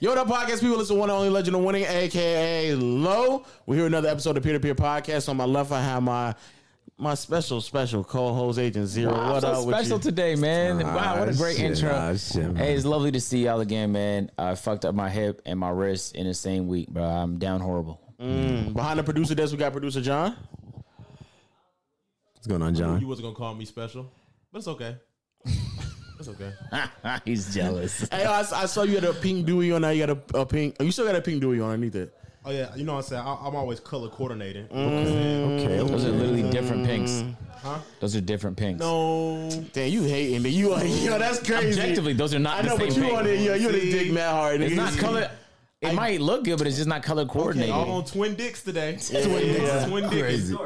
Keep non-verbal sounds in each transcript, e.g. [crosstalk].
Yo, what up, podcast people? It's the one and only legend of winning, aka Low. We're here another episode of Peer to Peer Podcast. On my left, I have my my special, special co-host agent Zero. Wow, I'm what so up with special you? today, man. wow, what a great shit, intro. nah, shit, man. hey, it's lovely to see y'all again, man. I fucked up my hip and my wrist in the same week, bro. I'm down horrible. [laughs] Mm, behind the producer desk, we got producer John. What's going on, You John? wasn't gonna call me special, but it's okay. it's okay. He's [laughs] jealous. [laughs] Hey, I, I saw you had a pink Dewey on. Now you got a, a pink. oh, You still got a pink Dewey on underneath it. Oh yeah, you know what I'm saying. I, I'm always color coordinated. Okay, Those are okay. literally different pinks. Those are different pinks. No, Damn, you hating me. [laughs] You are, yo, that's crazy. Objectively, those are not I the know, same but you pink. on it. Yo, you the See? dick mad hard. It's nigga. not You- color. It might look good, but it's just not color okay, coordinated. all on twin dicks today. Twin Yeah. dicks, twin dicks. Crazy.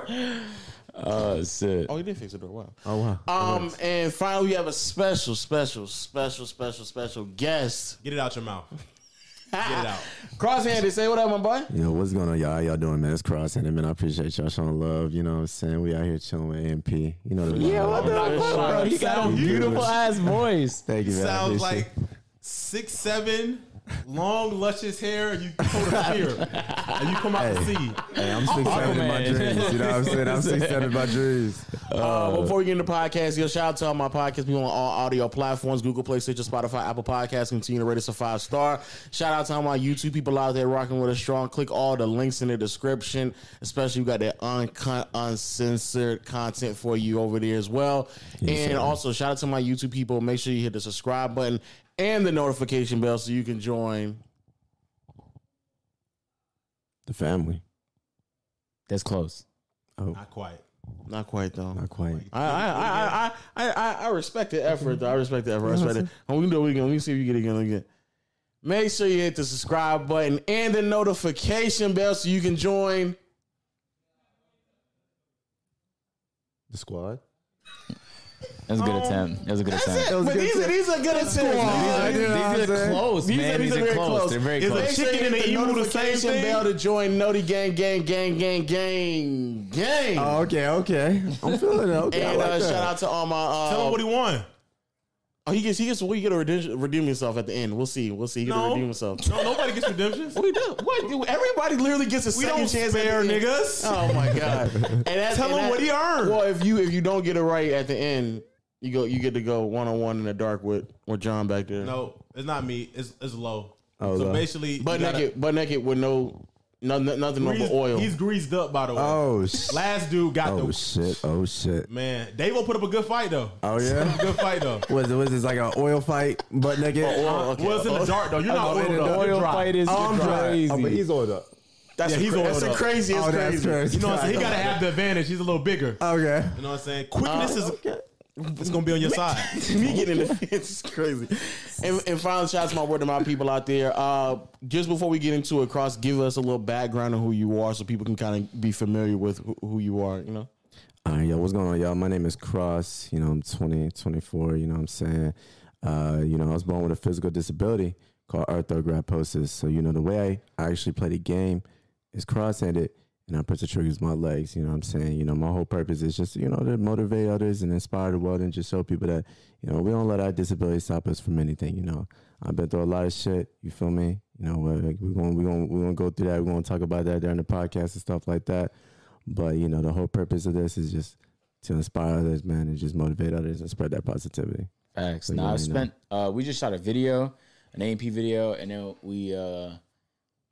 Oh shit! Oh, you did fix the door. Wow. Oh wow. Um, and finally, we have a special, special, special, special, special guest. Get it out your mouth. Get it out. Cross-handed, say what up, my boy. Yo, what's going on, y'all? How y'all doing, man? It's Cross and man. I appreciate y'all showing love. You know what I'm saying? We out here chilling with AMP. You know the Yeah, the fuck, bro? He got a [laughs] beautiful ass voice. Thank you, man. I Sounds appreciate like it. six seven, long luscious hair. You hold a here, and you come out to see. Hey, I'm six seven in my Aquaman. dreams. You know what I'm saying? I'm six seven in my dreams. Uh, before we get into the podcast, yo, shout out to all my podcast people on all audio platforms Google Play, Stitcher, Spotify, Apple Podcasts. Continue to rate us a five star. Shout out to all my YouTube people out there rocking with us strong. Click all the links in the description, especially we got that uncut, uncensored content for you over there as well. and also, shout out to my YouTube people. Make sure you hit the subscribe button and the notification bell so you can join. The family. That's close. Not quite. Not quite, though. Not quite. I, I, I, I, I, I- I respect the effort, though. I respect the effort. I respect it. And we can do it again. Let me see if you get it again. again. Make sure you hit the subscribe button and the notification bell so you can join. The squad. That's a Oh. good attempt. That was a good attempt. But good these are, to- these are good attempts. These are- You know what I'm These are saying? close, These are, man. these are very close. They're very Is close. a chicken and the emu the same thing? bell to join Noti Gang Gang Gang Gang Gang Gang. Oh, okay, okay. I'm feeling it. Okay, I and like uh, that. shout out to all my uh, Tell him what he won. oh, he gets he gets we get to redeem, redeem himself at the end. We'll see. We'll see. He get to No. redeem [laughs] himself. No, nobody gets redemptions. We do. What? do- [laughs] Everybody literally gets a We second don't chance. at spare the end. niggas. Oh my god! [laughs] And that's, Tell and him that- what he earned. Well, if you if you don't get it right at the end, you go you get to go one on one in the dark with with John back there. No, it's not me. It's it's low. Oh, so low. basically, but you gotta- naked, but naked with no nothing, nothing greased- over oil. He's greased up, by the way. Oh shit. Last dude got Oh the shit. Oh shit. man. Davo put up a good fight though. Oh yeah. [laughs] Good fight though. Was it was this like an oil fight butt naked? Oh, okay. Was in the dark though. You're not Oh, in oiled the up. dark. You're Oil dry. fight is Oh, I'm dry. crazy. Oh, but he's oiled up. that's yeah, a he's cra- oiled that's the up. craziest. Oh, that's crazy. crazy. You know what I'm saying? He gotta have the advantage. He's a little bigger. Uh, Okay. You know what I'm saying? Quickness is it's gonna be on your side. [laughs] me getting [laughs] in the fence is crazy. And, and finally, shout out to my word to my people out there. Uh, just before we get into it, Cross, give us a little background on who you are so people can kind of be familiar with who, who you are, you know? All right, yo, what's going on, y'all? My name is Cross. You know, I'm 20, 24. You know what I'm saying? Uh, you know, I was born with a physical disability called arthrogryposis. So, you know, the way I actually play the game is cross-handed, and I press the triggers with my legs. You know what I'm saying? You know, my whole purpose is just, you know, to motivate others and inspire the world and just show people that, you know, we don't let our disability stop us from anything, you know. I've been through a lot of shit. You feel me? You know, we're, we're going we're going we're going to go through that. We're going to talk about that during the podcast and stuff like that. But you know, the whole purpose of this is just to inspire others, man, and just motivate others and spread that positivity. Facts. So Now you I've already know. spent. Uh, we just shot a video, an AMP video, and then we. Uh,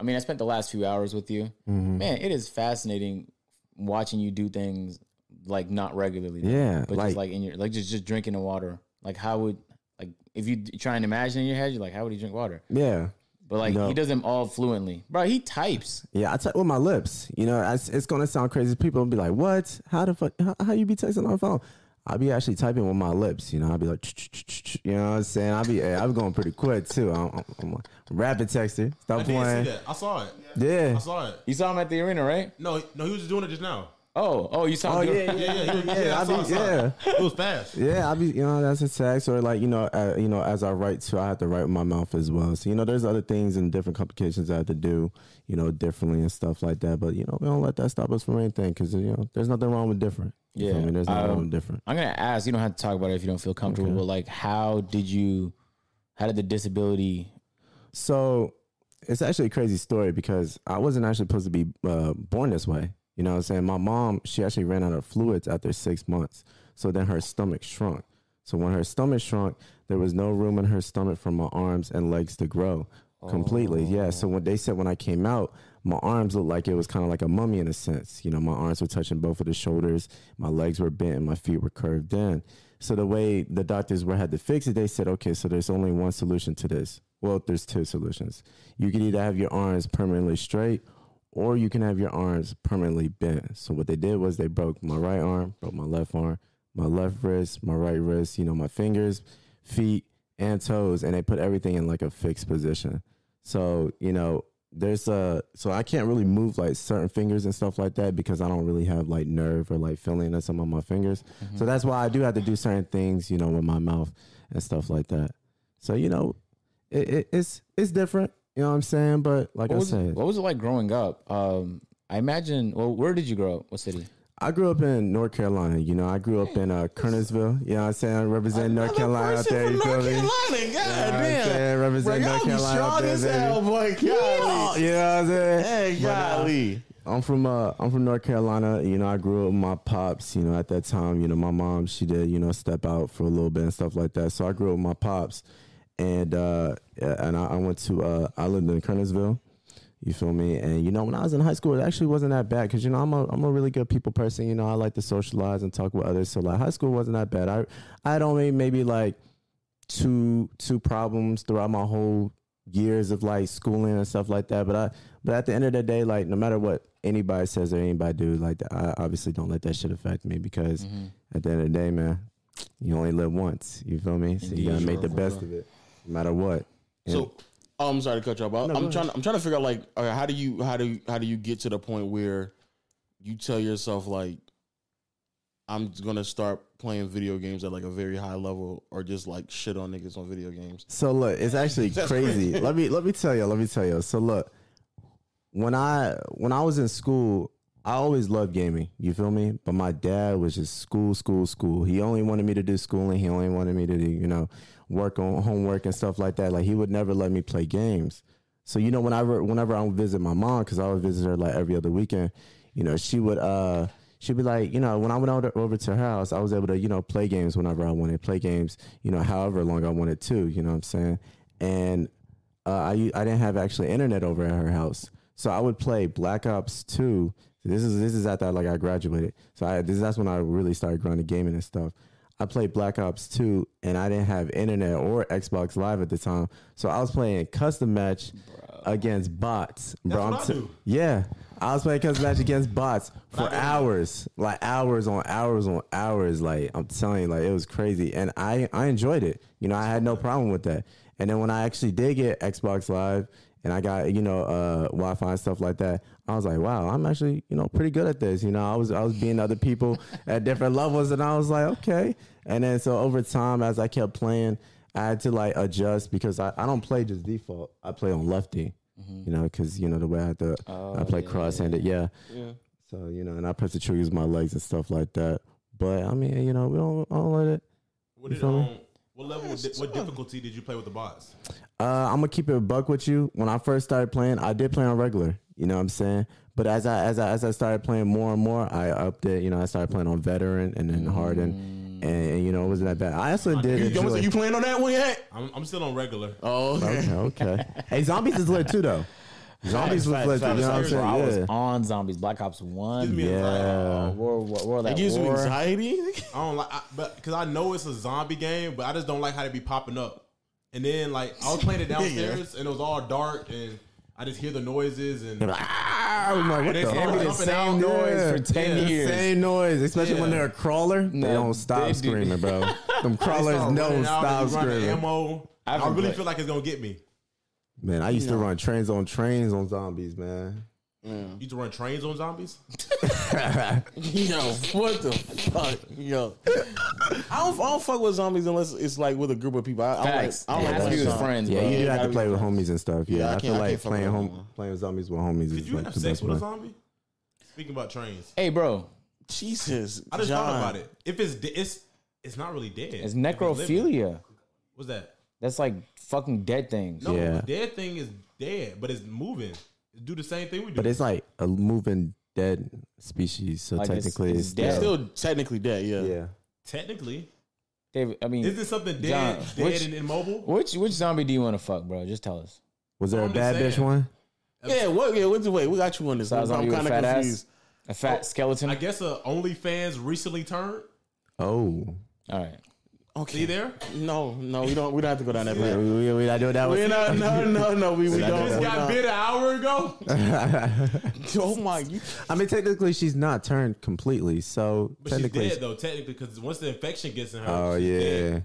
I mean, I spent the last few hours with you. Mm-hmm. Man, it is fascinating watching you do things like not regularly. though, Yeah, but like- just like in your like just just drinking the water. Like how would like if you d- try and imagine in your head, you're like, how would he drink water? Yeah, But like No. he does them all fluently, bro. He types. yeah. I type with my lips. You know, it's, it's gonna sound crazy. People will be like, "What? How the fuck? How, how you be texting on the phone?" I'll be actually typing with my lips. You know, I'll be like, "Ch-ch-ch-ch-ch," you know what I'm saying? I'll be, yeah, I'll be going pretty quick too. I'm, I'm, I'm a rapid texter. Stop I didn't playing. see that. I saw it. Yeah. I saw it. You saw him at the arena, right? No, no, he was just doing it just now. Oh, oh, you saw Oh him. do- yeah, yeah, Yeah, yeah, he was, yeah. yeah. I I saw, it, I be, saw yeah. It. it was fast. Yeah, I be you know that's a text or like you know uh, you know as I write too, I have to write with my mouth as well. So you know there's other things and different complications I have to do, you know differently and stuff like that. But you know we don't let that stop us from anything because you know there's nothing wrong with different. You feel Yeah, me? there's nothing um, wrong with different. I'm gonna ask. You don't have to talk about it if you don't feel comfortable. But like, how did you? How did the disability? So it's actually a crazy story because I wasn't actually supposed to be uh, born this way. You know what I'm saying? My mom, she actually ran out of fluids after six months. So then her stomach shrunk. So when her stomach shrunk, there was no room in her stomach for my arms and legs to grow completely. Yeah. So when they said when I came out, my arms looked like it was kind of like a mummy in a sense. You know, my arms were touching both of the shoulders, my legs were bent, and my feet were curved in. So the way the doctors were had to fix it, they said, okay, so there's only one solution to this. Well, there's two solutions. You can either have your arms permanently straight or you can have your arms permanently bent. So what they did was they broke my right arm, broke my left arm, my left wrist, my right wrist, you know, my fingers, feet, and toes, and they put everything in like a fixed position. So, you know, there's a so I can't really move like certain fingers and stuff like that because I don't really have like nerve or like feeling or some of my fingers. Mm-hmm. So that's why I do have to do certain things, you know, with my mouth and stuff like that. So, you know, it, it, it's it's different, you know what I'm saying? But like What I was, said, what was it like growing up? Um, I imagine. Well, where did you grow up? What city? I grew up in North Carolina. You know, I grew up in uh, Kernersville. You know what I'm saying? I represent North Carolina out there. You feel me? Carolina, You know what I'm saying? Bro, Represent y'all North be Carolina out strong there, as baby. hell, Oh, boy. Golly. You know what I'm saying? Hey, But, uh, golly. I'm from uh, I'm from North Carolina. You know, I grew up with my pops. You know, at that time, you know, my mom she did you know step out for a little bit and stuff like that. So I grew up with my pops, and uh, yeah, and I, I went to uh, I lived in Kernersville. You feel me? And you know, when I was in high school, it actually wasn't that bad because you know I'm a I'm a really good people person. You know, I like to socialize and talk with others. So like high school wasn't that bad. I I had only maybe like two two problems throughout my whole years of like schooling and stuff like that. But I but at the end of the day, like no matter what anybody says or anybody do, like I obviously don't let that shit affect me because Mm-hmm. at the end of the day, man, you only live once. You feel me? So Indeed. you gotta make the Sure. best of it, no matter what. So, oh, I'm sorry to cut you off. But No, go I'm ahead. trying. I'm trying to figure out like, okay, how do you, how do, you, how do you get to the point where you tell yourself like, I'm gonna start playing video games at like a very high level, or just like shit on niggas on video games. So look, it's actually That's crazy. let me let me tell you. Let me tell you. So look, when I when I was in school, I always loved gaming. You feel me? But my dad was just school, school, school. He only wanted me to do schooling. He only wanted me to do you know work on homework and stuff like that. Like he would never let me play games. So you know whenever whenever I would visit my mom, because I would visit her like every other weekend, you know she would uh she'd be like you know when I went over, over to her house, I was able to you know play games whenever I wanted, play games you know however long I wanted to, you know what I'm saying, and uh, I u- I didn't have actually internet over at her house, so I would play Black Ops Two. This is this is after like I graduated, so I this that's when I really started grinding gaming and stuff. I played Black Ops Two, and I didn't have internet or Xbox Live at the time, so I was playing custom match against bots. Bro, what I do. yeah, I was playing custom match against bots for hours, like hours on hours on hours. Like I'm telling you, like it was crazy, and I I enjoyed it. You know, I had no problem with that. And then when I actually did get Xbox Live and I got you know uh, Wi-Fi and stuff like that, I was like, wow, I'm actually you know pretty good at this. You know, I was I was beating other people at different levels, and I was like, okay. And then so over time, as I kept playing, I had to like adjust because I, I don't play just default. I play on lefty, you know, because you know the way I have to I play cross-handed, Oh, yeah. So you know, and I press the triggers with my legs and stuff like that. But I mean, you know, we don't, I don't let it. What, did, feel me? um, what level? of di- what difficulty did you play with the bots? Uh, I'm gonna keep it a buck with you. When I first started playing, I did play on regular. You know what I'm saying? But as I as I as I started playing more and more, I upped it. You know, I started playing on veteran and then hardened, and, and you know, it wasn't that bad. I also did. You, enjoy- you playing on that one yet? I'm, I'm still on regular. Oh, okay. okay, okay. hey, zombies is lit too [laughs] though. Zombies was lit. too, You know what I'm Bro, I was saying? Yeah. on Zombies, Black Ops Gives One. me anxiety. Uh, World, War- World It at gives you War. anxiety. [laughs] I don't like, I, but because I know it's a zombie game, but I just don't like how they be popping up. And then like I was [laughs] playing it downstairs, and it was all dark, and I just hear the noises, and Ah, I'm like, what They the started fuck? Every the Up and same out. noise Yeah. for ten Yeah. years. Same noise, especially when Yeah. they're a crawler. No, they don't stop they do. screaming, bro. Them crawlers start don't running out stop and you run the screaming. Ammo. I've I been really play- feel like it's gonna get me. Man, I used to run trains on trains on zombies, man. You used to run trains on zombies. Yo, what the fuck? Yo, I don't, I don't fuck with zombies unless it's like with a group of people. I, I don't like. Facts. I don't It like has to be playing with zombies. friends, Yeah, bro. you do Yeah, have to gotta play be with homies and stuff. Yeah, I I, can't- feel I like can't fuck playing with home them. playing with zombies with homies Did is you like have the sex best with a one. zombie? Speaking about trains, Hey, bro, Jesus, I just John. thought about it. If it's de- it's it's not really dead. it's living. necrophilia. What's that? That's like fucking dead things. No, Yeah. dead thing is dead, but it's moving. It do the same thing we do. But it's like a moving dead species, so Like, it's- technically it's it's, dead. dead. Still technically dead, yeah. yeah. technically, David, I mean, is this something dead, John, dead which- and immobile? which which zombie do you want to fuck, bro? Just tell us. Was there I'm a just bad bitch saying. one? Yeah, what yeah, what's wait, we got you on this. Size I'm zombie with kinda fat confused. Oh, ass, a fat skeleton. I guess uh, OnlyFans recently turned. Oh, All right, Okay. See there? No, no, we don't we don't have to go down that we path. we, we not doing that We one. not no no no we, we not don't doing This we got not. bit an hour ago. Oh my you I mean, technically she's not turned completely, so But she's technically. dead though, technically, because once the infection gets in her, oh she's yeah. dead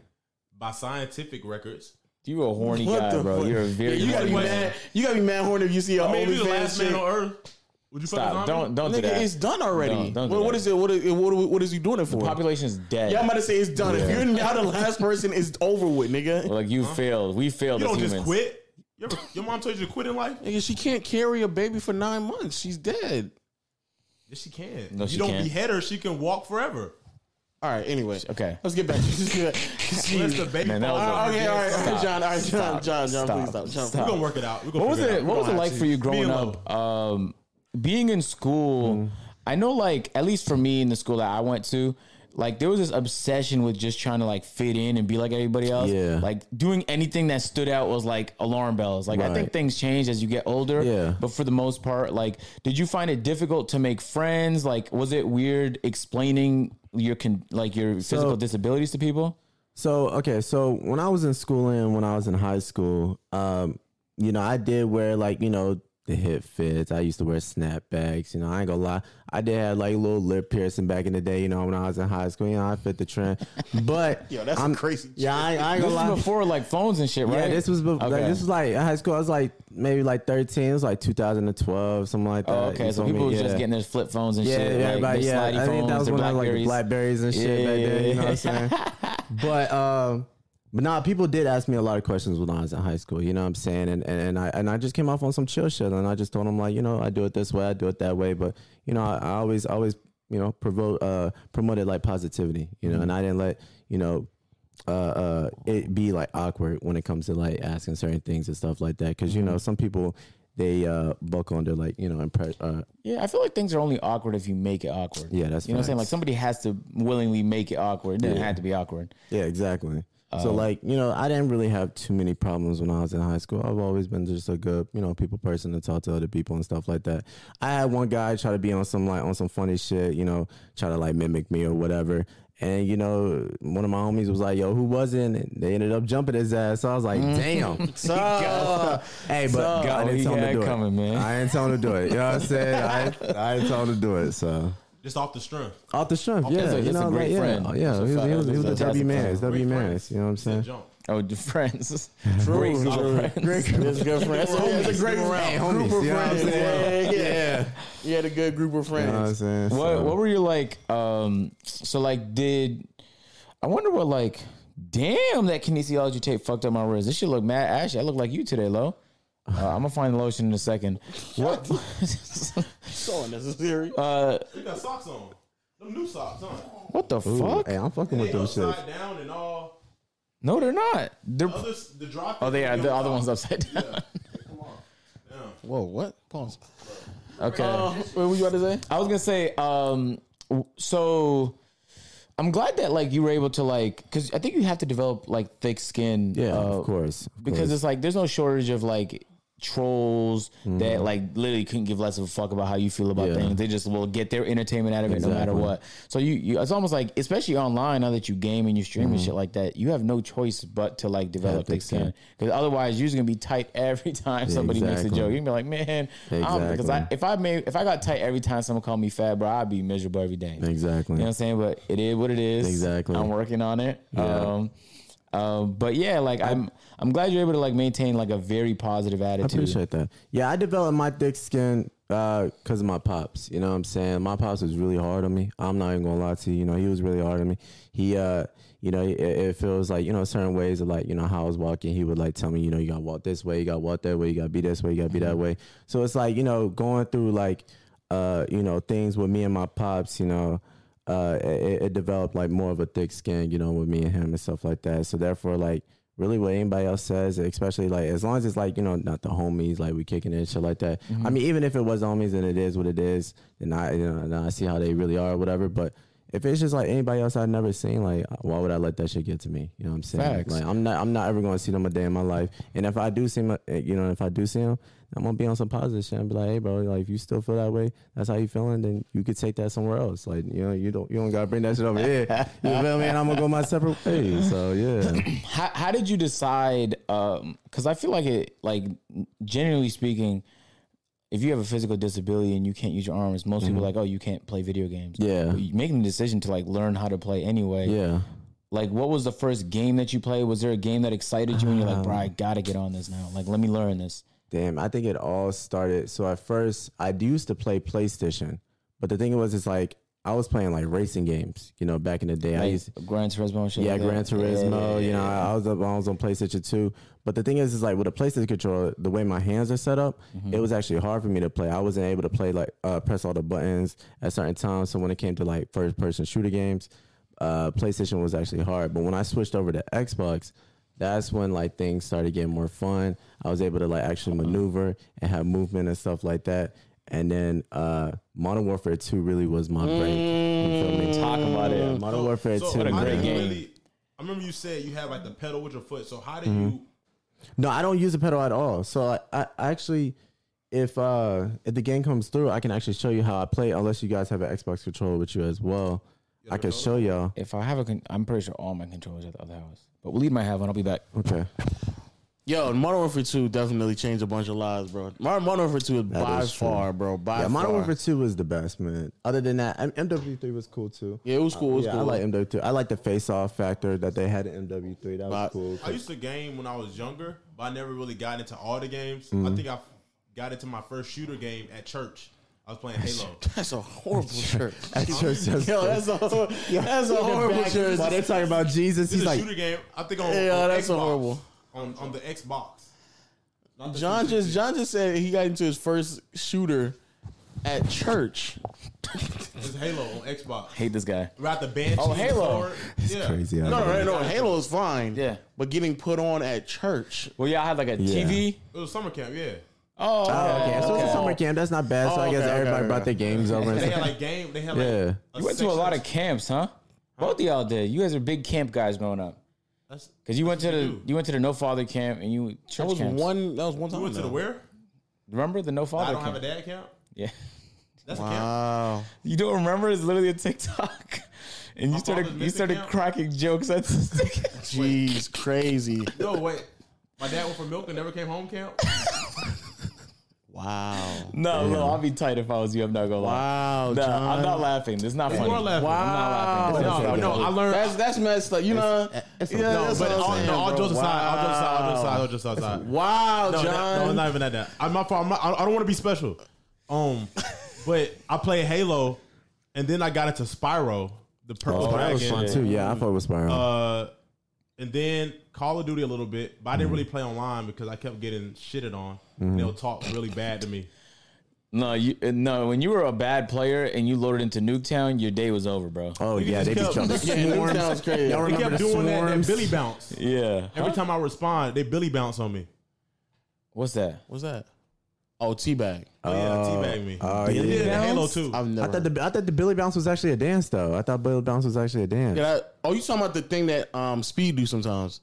by scientific records. you a horny what guy, the bro. fuck? You're a very Yeah, you gotta horny be man. mad you gotta be mad horny if you see a I mean, if you OnlyFans the last chick. man on earth, would you Stop! fuck a zombie? Don't don't do Nigga, that. it's done already. No, don't do what, what that. is it? What, is- what, what is he doing it for? Population is dead. Y'all about to say it's done. If you're now the last person, it's over with, nigga. like you failed. We failed You as don't humans. just quit. You ever, your mom told you to quit in life? Nigga, she can't carry a baby for nine months. She's dead. Yes, she can. No, you she don't can't. behead her, she can walk forever. All right. Anyway, Okay. Let's get back to [laughs] this. Unless the baby Man, that falls was a- out. okay, all right, all right, John, all right, John, Stop. John, John, Stop. please stop. John, Stop. We're gonna work it out. We're gonna What was figure it? What was it out. like for you growing and up? Mm-hmm. Um, being in school, I know, like at least for me in the school that I went to, like there was this obsession with just trying to like fit in and be like everybody else. Yeah. like doing anything that stood out was like alarm bells. Like I think Right. things change as you get older. Yeah. but for the most part, like, did you find it difficult to make friends? Like, was it weird explaining your con- like your physical disabilities to people? So okay, so when I was in school and when I was in high school, um, you know, I did wear like you know the hip fits. I used to wear snapbacks. You know, I ain't gonna lie, I did have like a little lip piercing back in the day. You know, when I was in high school, you know, I fit the trend. But Yo, that's I'm, crazy. Yeah, I, I ain't This gonna lie. was before like phones and shit, right? Yeah, this was bef- like, Okay. this was like high school. I was like maybe like thirteen. It was like 2012, something like that. Oh, Uh, You okay, so feel people me? was just Yeah. getting their flip phones and Yeah, shit. yeah, like, everybody, the yeah. slidey I think that phones, was the when I like Blackberries. blackberries and shit Yeah, back then. You know what I'm yeah, saying? [laughs] but um, but nah, people did ask me a lot of questions when I was in high school. You know what I'm saying? And and, and I and I just came off on some chill shit, and I just told them like, you know, I do it this way, I do it that way, but you know, I, I always always you know provoke uh promoted like positivity. You know, and I didn't let you know uh, uh, it be like awkward when it comes to like asking certain things and stuff like that because you Mm-hmm. know some people they uh buck under like you know impre- uh, Yeah, I feel like things are only awkward if you make it awkward. Yeah, that's you know what I'm saying. Like facts. somebody has to willingly make it awkward. It didn't have to be awkward. Yeah, exactly. Uh, so like, you know, I didn't really have too many problems when I was in high school. I've always been just a good, you know, people person to talk to other people and stuff like that. I had one guy try to be on some like on some funny shit, you know, try to like mimic me or whatever. And you know, one of my homies was like, "Yo, who wasn't?" And they ended up jumping his ass. So I was like, Mm-hmm. [laughs] "Damn!" So, [laughs] hey, but I Oh, didn't he tell him had to do it coming, it. man. I didn't tell him to do it. You know what I'm saying? I, I didn't tell him to do it. So Just off the strength. off the strength, yeah, that's a- you that's a know, great like, friend. yeah, yeah. That's a He was, he was, he was a fantastic W man, friend. W Great friend. man. You know what I'm saying? Said jump. Oh, [laughs] the [laughs] friends. True, Great true. [laughs] friends. It's good friends. It's a- It's a great Hey, group homies, of you know what I'm friends. saying? Yeah, yeah. You had a good group of You know what I'm friends. saying? What So- What were you like? Um, so like, did I wonder what like? Damn, that kinesiology tape fucked up my wrist. This shit look mad ashy. I look like you today, Lo. Uh, [laughs] I'm gonna find the lotion in a second. What? So unnecessary. You got socks on. Them new socks, huh? [laughs] what the Ooh, fuck? Hey, I'm fucking They with them shit. upside down and all. No, they're not. They're Others, the drop. oh, they are. The other one's upside down. Come on. Damn. Whoa, what? Pause. Okay. Uh, what were you about to say? I was gonna say, um, w- so I'm glad that like you were able to like, because I think you have to develop like thick skin. Yeah, uh, of course. of Because course. it's like there's no shortage of like trolls that like literally couldn't give less of a fuck about how you feel about Mm-hmm. Yeah. things. They just will get their entertainment out of it no matter Exactly. what. So you, you, it's almost like, especially online now that you game and you stream and shit like that, you have no choice but to like develop Mm-hmm. thick Have thick skin skin. because otherwise you're just gonna be tight every [laughs] time somebody makes a exactly. joke. You're gonna be like, man, because I, Exactly. if I made if I got tight every time someone called me fat, bro, I'd be miserable every day. exactly. You know what I'm saying? But it is what it is. Exactly. I'm working on it. Yeah. Um, um, but yeah, like I'm, I'm glad you're able to like maintain like a very positive attitude. I appreciate that. Yeah, I developed my thick skin because of my pops. You know what I'm saying? My pops was really hard on me. I'm not even gonna lie to you. You know, he was really hard on me. He, uh, you know, it, it feels like you know certain ways of like you know how I was walking. He would like tell me, you know, you gotta walk this way, you gotta walk that way, you gotta be this way, you gotta be that way. So it's like you know going through like uh you know things with me and my pops. You know. Uh, it, it developed like more of a thick skin, you know, with me and him and stuff like that. So therefore, like really what anybody else says, especially like as long as it's like you know not the homies, like we kicking it and shit like that. I mean, even if it was the homies and it is what it is, then I you know then I see how they really are, or whatever. But if it's just like anybody else I've never seen, like why would I let that shit get to me? You know what I'm saying? Facts. Like I'm not I'm not ever going to see them a day in my life. And if I do see them, uh, you know, if I do see them, I'm gonna be on some positive shit and be like, hey, bro, like if you still feel that way, that's how you feeling, then you could take that somewhere else. Like you know, you don't you don't gotta bring that shit over here. You feel me? And I'm gonna go my separate ways. So yeah. how, how did you decide um because i feel like it like generally speaking if you have a physical disability and you can't use your arms most people are like oh you can't play video games Mm-hmm. Yeah. You making the decision to like learn how to play anyway Yeah. like what was the first game that you played was there a game that excited you and you're like bro i Um, gotta get on this now like let me learn this Damn, I think it all started. So at first, I used to play PlayStation, but the thing was, it's like I was playing like racing games, you know, back in the day. I like, used, gran turismo and shit yeah, like that. Gran Turismo. You know, I, I was up, I was on PlayStation two. But the thing is, is like with a PlayStation controller, the way my hands are set up, it was actually hard for me to play. I wasn't able to play like uh, press all the buttons at certain times. So when it came to like first person shooter games, uh, PlayStation was actually hard. But when I switched over to Xbox, that's when like things started getting more fun. I was able to like actually maneuver and have movement and stuff like that. And then uh, Modern Warfare 2 really was my break. You feel me? talk about it Modern Warfare 2. what a man. great game. I remember you said you had like the pedal with your foot. So how do Mm-hmm. you? No, I don't use a pedal at all. So I, I I actually, if uh if the game comes through, I can actually show you how I play. Unless you guys have an Xbox controller with you as well, I can show y'all. if i have a con- i'm pretty sure all my controllers at the other house but we'll leave my have one i'll be back Okay, Yo, Modern Warfare 2 definitely changed a bunch of lives, bro. Modern, Modern Warfare 2 is by is true. far, bro. By yeah, Modern far. Warfare Two was the best, man. Other than that, M- MW3 was cool too. Yeah, it was cool. It was yeah, cool. I like MW3. I like the face-off factor that they had in MW3. That was But- cool. I used to game when I was younger, but I never really got into all the games. Mm-hmm. I think I f- got into my first shooter game at church. I was [laughs] playing Halo. [laughs] that's a horrible shirt. At church, [laughs] that's- Yo, that's a [laughs] that's a horrible Back- shirt. While they're talking about Jesus, This he's is a like, shooter game. I think on, Yeah, on that's Xbox, horrible. On on the Xbox. Not the John 360. just John just said he got into his first shooter at church. [laughs] It's Halo on Xbox. hate this guy We're at the bench. Oh, Halo. [laughs] It's crazy. No, no, no, Halo is fine. Yeah. but getting put on at church. well yeah i had like a tv It was summer camp. Yeah, oh okay, Oh, okay. So it's a summer camp. That's not bad. So Oh, I guess okay, okay, everybody okay. brought their [laughs] games over. And they had stuff. like game. They had like Yeah. You went to a section- lot of camps, huh? Both of y'all did. You guys are big camp guys growing up. That's- Cause you went to the do. you went to the no father camp and you That church was camps. one. That was one time. You went to the though. where? Remember the no I father don't camp? have a dad camp. yeah, [laughs] That's a camp. Wow. you don't remember? It's literally a TikTok, [laughs] and you started father's you missing started camp. cracking jokes at this [laughs] TikTok. Jeez, crazy. No, wait. My dad went for milk and never came [laughs] home camp. Wow. no, no, I'll be tight if I was you. I'm not gonna lie. Wow. No, John. I'm not laughing. This is not funny. are I'm laughing. not laughing. This is No, not no, funny. I learned. That's that's messed up. You know. yeah, no, that's but what I'm all, saying, no, all bro. jokes aside, all jokes aside, all Wow. jokes aside, all jokes aside. Wow, No, that, no, John. it's not even that. that. I'm not. I'm not I don't want to be special. Um, but I played Halo, and then I got into Spyro, the Purple Oh, that Dragon. was fun too. Yeah, I fuck with Spiral. Uh, and then Call of Duty a little bit, but I Mm-hmm. didn't really play online because I kept getting shitted on. And they'll talk really bad to me. no, you, uh, no. When you were a bad player and you loaded into Nuketown, your day was over, bro. Oh yeah, just they be kept- jumping. yeah, that sounds crazy. Y'all They remember kept the doing that, that swarms? Billy bounce. Yeah. Every time I respond, they Billy bounce on me. [laughs] What's that? What's that? Oh, teabag. Oh yeah, teabag me. Oh, They yeah. did it in Halo Bounce? too. I've I never. thought the I thought the Billy Bounce was actually a dance though. I thought Billy Bounce was actually a dance. Yeah, that- oh, you talking about the thing that um speed do sometimes?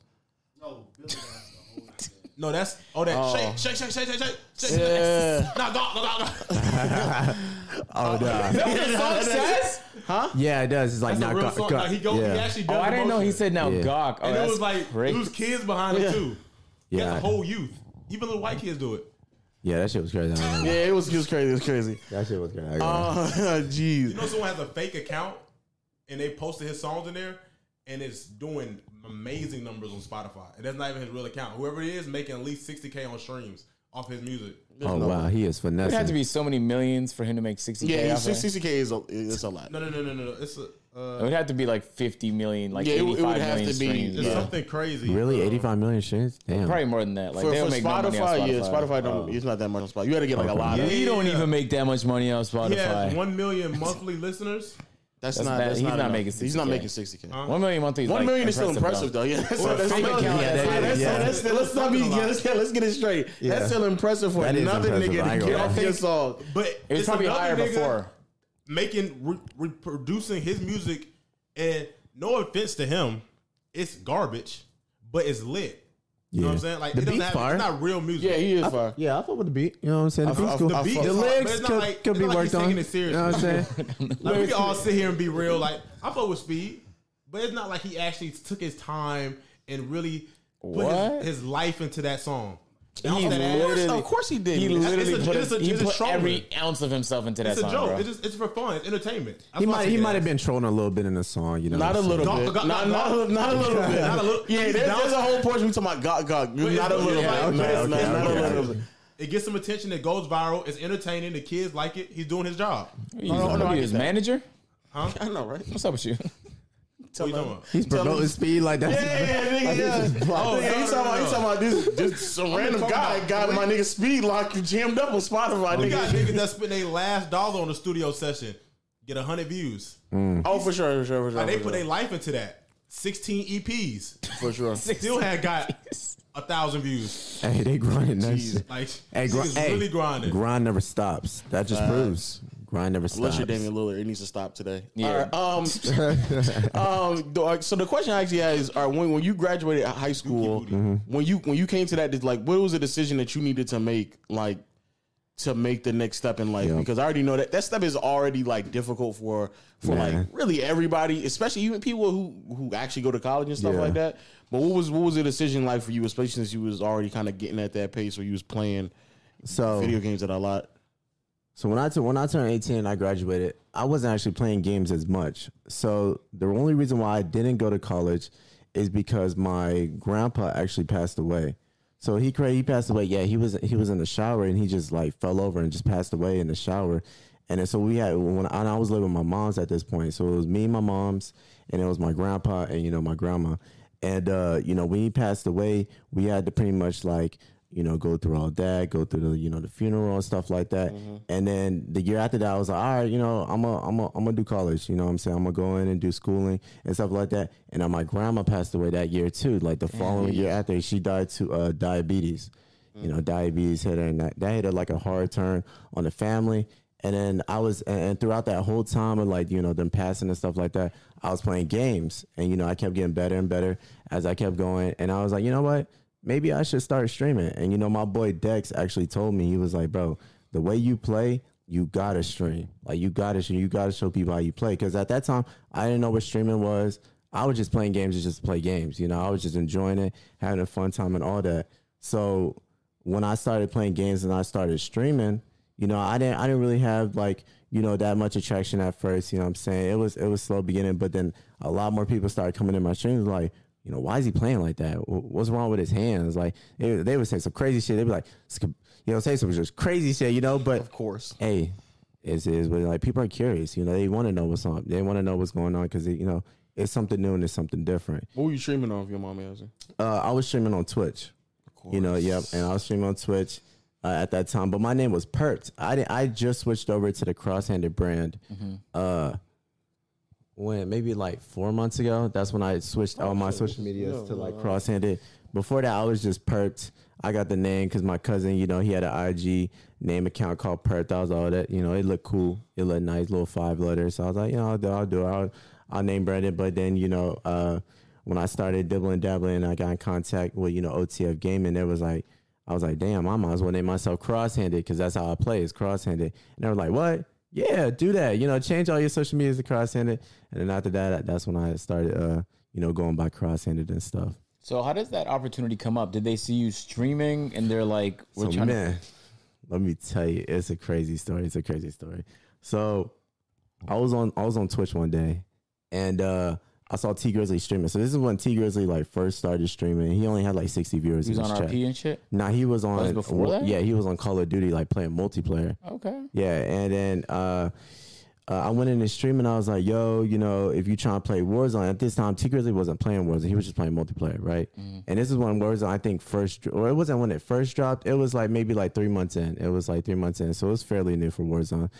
No, that's oh that shake, shake, shake, shake, shake, shake, shake. [laughs] Yeah. No, go, go, [laughs] go, go. Oh, [laughs] duh. yeah, it does. It's like That's not a real got- song. got- Like, he go, yeah. he actually does. Oh, I the didn't know he motion. said now Yeah. gawk. Oh, And it that's was like crazy. there was kids behind it too. Yeah, Yeah. the whole youth, even little white kids do it. yeah, that shit was [laughs] crazy. I don't know. Yeah, it was just crazy. It was crazy. [laughs] That shit was crazy. Uh, I got it. Oh, jeez. You know, someone has a fake account and they posted his songs in there, and it's doing amazing numbers on Spotify. And that's not even his real account. Whoever it is, making at least sixty k on streams off his music. oh wow, he is finessing. It had to be so many millions for him to make 60k. yeah, off of it. 60k is a, is a lot. No, no, no, no, no. no. It's a, It uh, would have to be like 50 million, like Yeah, it eighty-five would- it million would have to be- streams. it's yeah. something crazy. really Um, 85 million streams. Damn. Probably more than that. Like For, they for don't make Spotify, no money on yeah, Spotify. Spotify don't. It's not that much on Spotify. You had to get like a lot Yeah. of. We don't even make that much money on Spotify. He has one million monthly [laughs] listeners, That's, That's not. bad. That's He's not, not enough. making He's not 60K. making sixty k. Huh? One million monthly. Is One like, million is still impressive though. though. Yeah, that's, Well, that's, fake that's, account, that's, that's- that's, yeah. that's, let's not be. Yeah, let's get let's get it straight. Yeah. That's still impressive for That is another impressive. I nigga ain't to gonna get lie. off your song. But It was it's probably another higher nigga before. making re- reproducing his music, and no offense to him, it's garbage, but it's lit. You know what I'm Yeah. saying? Like The it doesn't beat's have, fire. it's not real music. Yeah, he is fire. Yeah, I fuck with the beat. You know what I'm saying? The I beat's fuck- cool. I The, fuck- beat- lyrics but it's not could, like- could it's be not like worked he's on. taking You it serious. know what [laughs] I'm saying? Like we can all sit here and be real. Like I fuck with Speed, but it's not like he actually took his time and really put What? his, his life into that song. Bounce He that ass. literally- Of course he did. He It's- literally it's a- put, it's a- his- he it's a put shoulder. every ounce of himself into that It's a song, joke. bro. It's, just, it's for fun. It's entertainment. That's He why I might take he it might as. have been trolling a little bit in the song. You know, Not a what I'm little saying? Gawk, bit. gawk, Not, gawk. not, not a little bit. Not a little- Yeah, he's there's, down- there's a whole portion we talking about God, God. Not a it's- little yeah, bit. okay, Not- okay, Not a okay, little okay. bit. It gets some attention. It goes viral. It's entertaining. The kids like it. He's doing his job. You don't know his manager. [laughs] I know, right? What's up with you? [laughs] What you talking about? He's Tell him- promoting speed like that. Yeah, yeah, yeah, nigga, yeah. This is blocked. Oh, yeah, no, he's no, talking about, he's no. talking about this, this random talking guy about- Oh, got we- my nigga speed locked and jammed up on Spotify, We got nigga. niggas that spend their last dollar on a studio session, get hundred views. Oh, for sure, for sure, for sure. Like they for put sure. their life into that. Sixteen EPs. for [laughs] sure. Still had got a thousand views. Hey, they grinding that shit. Like Hey, hey, gr- hey, really grinding. Grind never stops. That just proves grind never stops. Unless you're Damian Lillard, it needs to stop today. Yeah. All [laughs] right, um, um, dog, so the question I actually had is: All right, when when you graduated high school, Mm-hmm. when you when you came to that, like, what was the decision that you needed to make, like, to make the next step in life? Yeah. Because I already know that that step is already like difficult for for like Man. really everybody, especially even people who who actually go to college and stuff Yeah. like that. But what was what was the decision like for you, especially since you was already kind of getting at that pace where you was playing so video games at a lot? So when I tu- when I turned 18 and I graduated, I wasn't actually playing games as much. So the only reason why I didn't go to college is because my grandpa actually passed away. So he cra- he passed away. Yeah, he was he was in the shower and he just like fell over and just passed away in the shower. And then so we had when I, and I was living with my mom's at this point. So it was me, and my mom's, and it was my grandpa and you know my grandma. And uh, you know when he passed away, we had to pretty much like you know, go through all that, go through the you know the funeral and stuff like that. And then the year after that, I was like, all right, you know, I'm a, I'm a, I'm gonna do college. You know, what I'm saying I'm gonna go in and do schooling and stuff like that. And then my grandma passed away that year too. Like the following year after, she died to uh, diabetes. You know, diabetes hit her, and that, that hit her like a hard turn on the family. And then I was, and, and throughout that whole time of like, you know, them passing and stuff like that, I was playing games. And, you know, I kept getting better and better as I kept going. And I was like, you know what? Maybe I should start streaming. And, you know, my boy Dex actually told me, he was like, bro, the way you play, you gotta stream. Like, you gotta stream. You gotta show people how you play. Cause at that time, I didn't know what streaming was. I was just playing games to just play games. You know, I was just enjoying it, having a fun time and all that. So when I started playing games and I started streaming, you know, I didn't I didn't really have like, you know, that much attraction at first, you know what I'm saying? It was it was slow beginning, but then a lot more people started coming in my streams like, you know, why is he playing like that? Wh- What's wrong with his hands? Like they, they would say some crazy shit. They'd be like, "Sk- you know, say some just crazy shit, you know, but Of course. hey, it's is what like people are curious, you know, they want to know what's on. They want to know what's going on cuz you know, it's something new and it's something different. What were you streaming on? If your mom asked you? Uh, I was streaming on Twitch. You know, yep, and I was streaming on Twitch uh, at that time, but my name was Perped. I didn't, I just switched over to the cross-handed brand. Uh, when maybe like four months ago, that's when I switched all my social medias to like cross-handed. Before that, I was just Perped. I got the name because my cousin, you know, he had an IG name account called Perped. I was all that, you know, it looked cool, it looked nice, little five letters. So I was like, you know, I'll do, I'll do it. I'll, I'll name brand it. But then, you know, uh, when I started dibbling dabbling, I got in contact with you know OTF Gaming. It was like I was like, damn, I might as well name myself cross-handed because that's how I play is cross-handed. And they were like, what? Yeah, do that. You know, change all your social medias to cross-handed. And then after that, that's when I started, uh, you know, going by cross-handed and stuff. So how does that opportunity come up? Did they see you streaming and they're like, "We're so trying man, let me tell you, it's a crazy story. It's a crazy story. So I was on I was on Twitch one day, and uh, I saw T Grizzly streaming. So this is when T Grizzly like first started streaming. He only had like sixty viewers. to use in his on chat. RP and shit"? Nah, he was on. was before that? Yeah, he was on Call of Duty, like playing multiplayer. Okay. Yeah, and then uh, uh, I went in the stream and I was like, "Yo, you know, if you trying to play Warzone at this time, T Grizzly wasn't playing Warzone; he was just playing multiplayer, right?" And this is when Warzone, I think, first dro- or it wasn't when it first dropped. It was like maybe like three months in. It was like three months in, so it was fairly new for Warzone.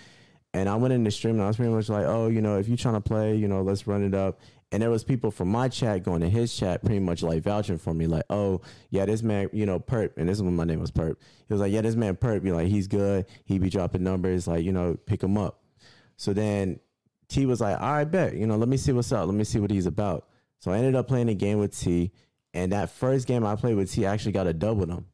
And I went in the stream and I was pretty much like, oh, you know, if you're trying to play, you know, let's run it up. And there was people from my chat going to his chat, pretty much like vouching for me, like, oh, yeah, this man, you know, Perp, and this is when my name was Perp. He was like, yeah, this man Perp, you like, he's good. He be dropping numbers, like, you know, pick him up. So then T was like, all right, bet. You know, let me see what's up. Let me see what he's about. So I ended up playing a game with T. And that first game I played with T, I actually got a double them.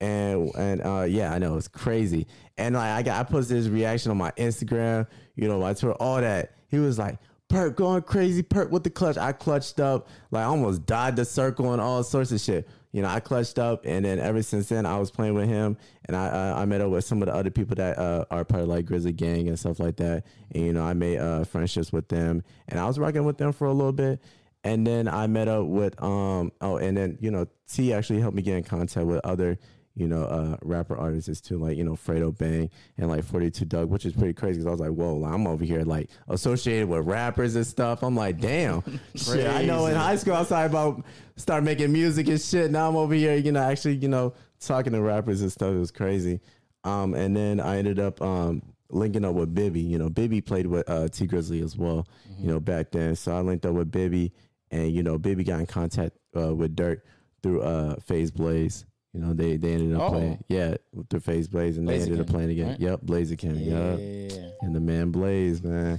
And and uh, yeah, I know it's crazy. And like I got, I posted his reaction on my Instagram, you know, my Twitter, all that. He was like, "Perk going crazy, Perk with the clutch." I clutched up, like I almost died the circle and all sorts of shit. You know, I clutched up, and then ever since then, I was playing with him, and I uh, I met up with some of the other people that uh, are part of like Grizzly Gang and stuff like that. And you know, I made uh, friendships with them, and I was rocking with them for a little bit. And then I met up with um oh and then you know T actually helped me get in contact with other you know uh rapper artists too like you know Fredo Bang and like 42 Doug which is pretty crazy because I was like whoa like, I'm over here like associated with rappers and stuff I'm like damn shit I know in high school I was talking about start making music and shit now I'm over here you know actually you know talking to rappers and stuff it was crazy um and then I ended up um linking up with Bibby. You know, Bibby played with uh, T Grizzly as well. You know, back then, so I linked up with Bibby, and you know, Bibby got in contact uh, with Dirk through uh, Phase Blaze. You know, they they ended up Oh. playing, yeah, through Phase Blaze, and they ended up Blaziken, playing again. right? Yep, Blaziken. Yeah. Yep and the man Blaze, man.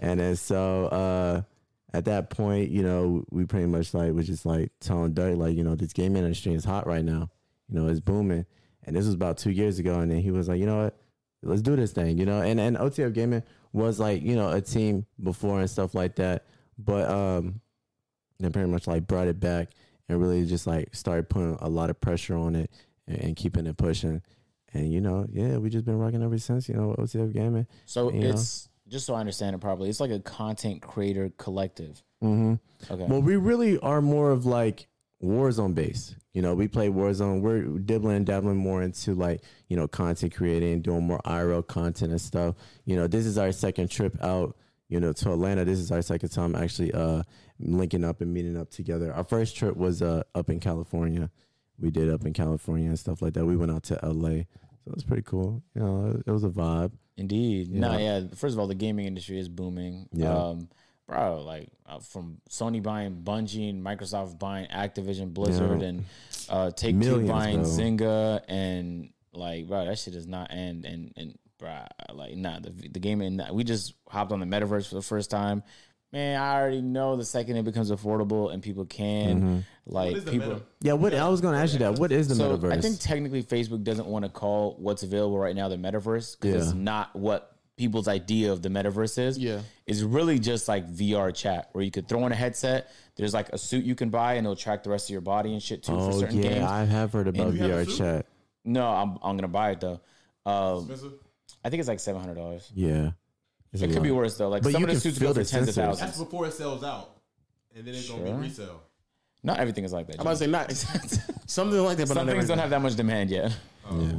and then so uh at that point, you know, we pretty much like was just like telling Dirk, like, you know, this game industry is hot right now. You know, it's booming. And this was about two years ago, and then he was like, you know what? Let's do this thing, you know. And and OTF Gaming was like, you know, a team before and stuff like that. But um they pretty much like brought it back and really just like started putting a lot of pressure on it and, and keeping it pushing. And you know, yeah, we just been rocking ever since, you know, with OTF Gaming. So Yeah. it's just so I understand it properly. It's like a content creator collective. hmm Okay. Well, we really are more of like Warzone based. You know, we play Warzone. We're dibbling and dabbling more into like you know content creating, doing more IRL content and stuff. You know, this is our second trip out. You know, to Atlanta. This is our second time actually uh, linking up and meeting up together. Our first trip was uh, up in California. We did up in California and stuff like that. We went out to LA, so it was pretty cool. You know, it was a vibe. Indeed. No, Yeah. yeah. First of all, the gaming industry is booming. Yeah. Um, bro, like uh, from Sony buying Bungie and Microsoft buying Activision, Blizzard, Yeah. and uh, Take Millions, Two buying bro. Zynga, and like, bro, that shit does not end. And and bro, like, nah, the the gaming. nah, we just hopped on the metaverse for the first time. Man, I already know the second it becomes affordable and people can Mm-hmm. like What is the people. meta? Yeah, what I was gonna ask you that. What is the So metaverse? I think technically Facebook doesn't want to call what's available right now the metaverse because Yeah. it's not what people's idea of the metaverse is. Yeah. It's really just like VR chat where you could throw in a headset. There's like a suit you can buy and it'll track the rest of your body and shit too for oh yeah, certain games. I have heard about You have a VR suit? chat. no, I'm, I'm going to buy it though. Uh, Expensive. I think it's like $700. Yeah. It's a It could be lot. worse though. Like But some you of the can suits feel go for the tens of sensors. That's thousands. before it sells out, and then it's gonna Sure. be resale. Not everything is like that. I'm about to Jimmy. say not [laughs] [laughs] something like that, but some I never. things don't have that much demand yet.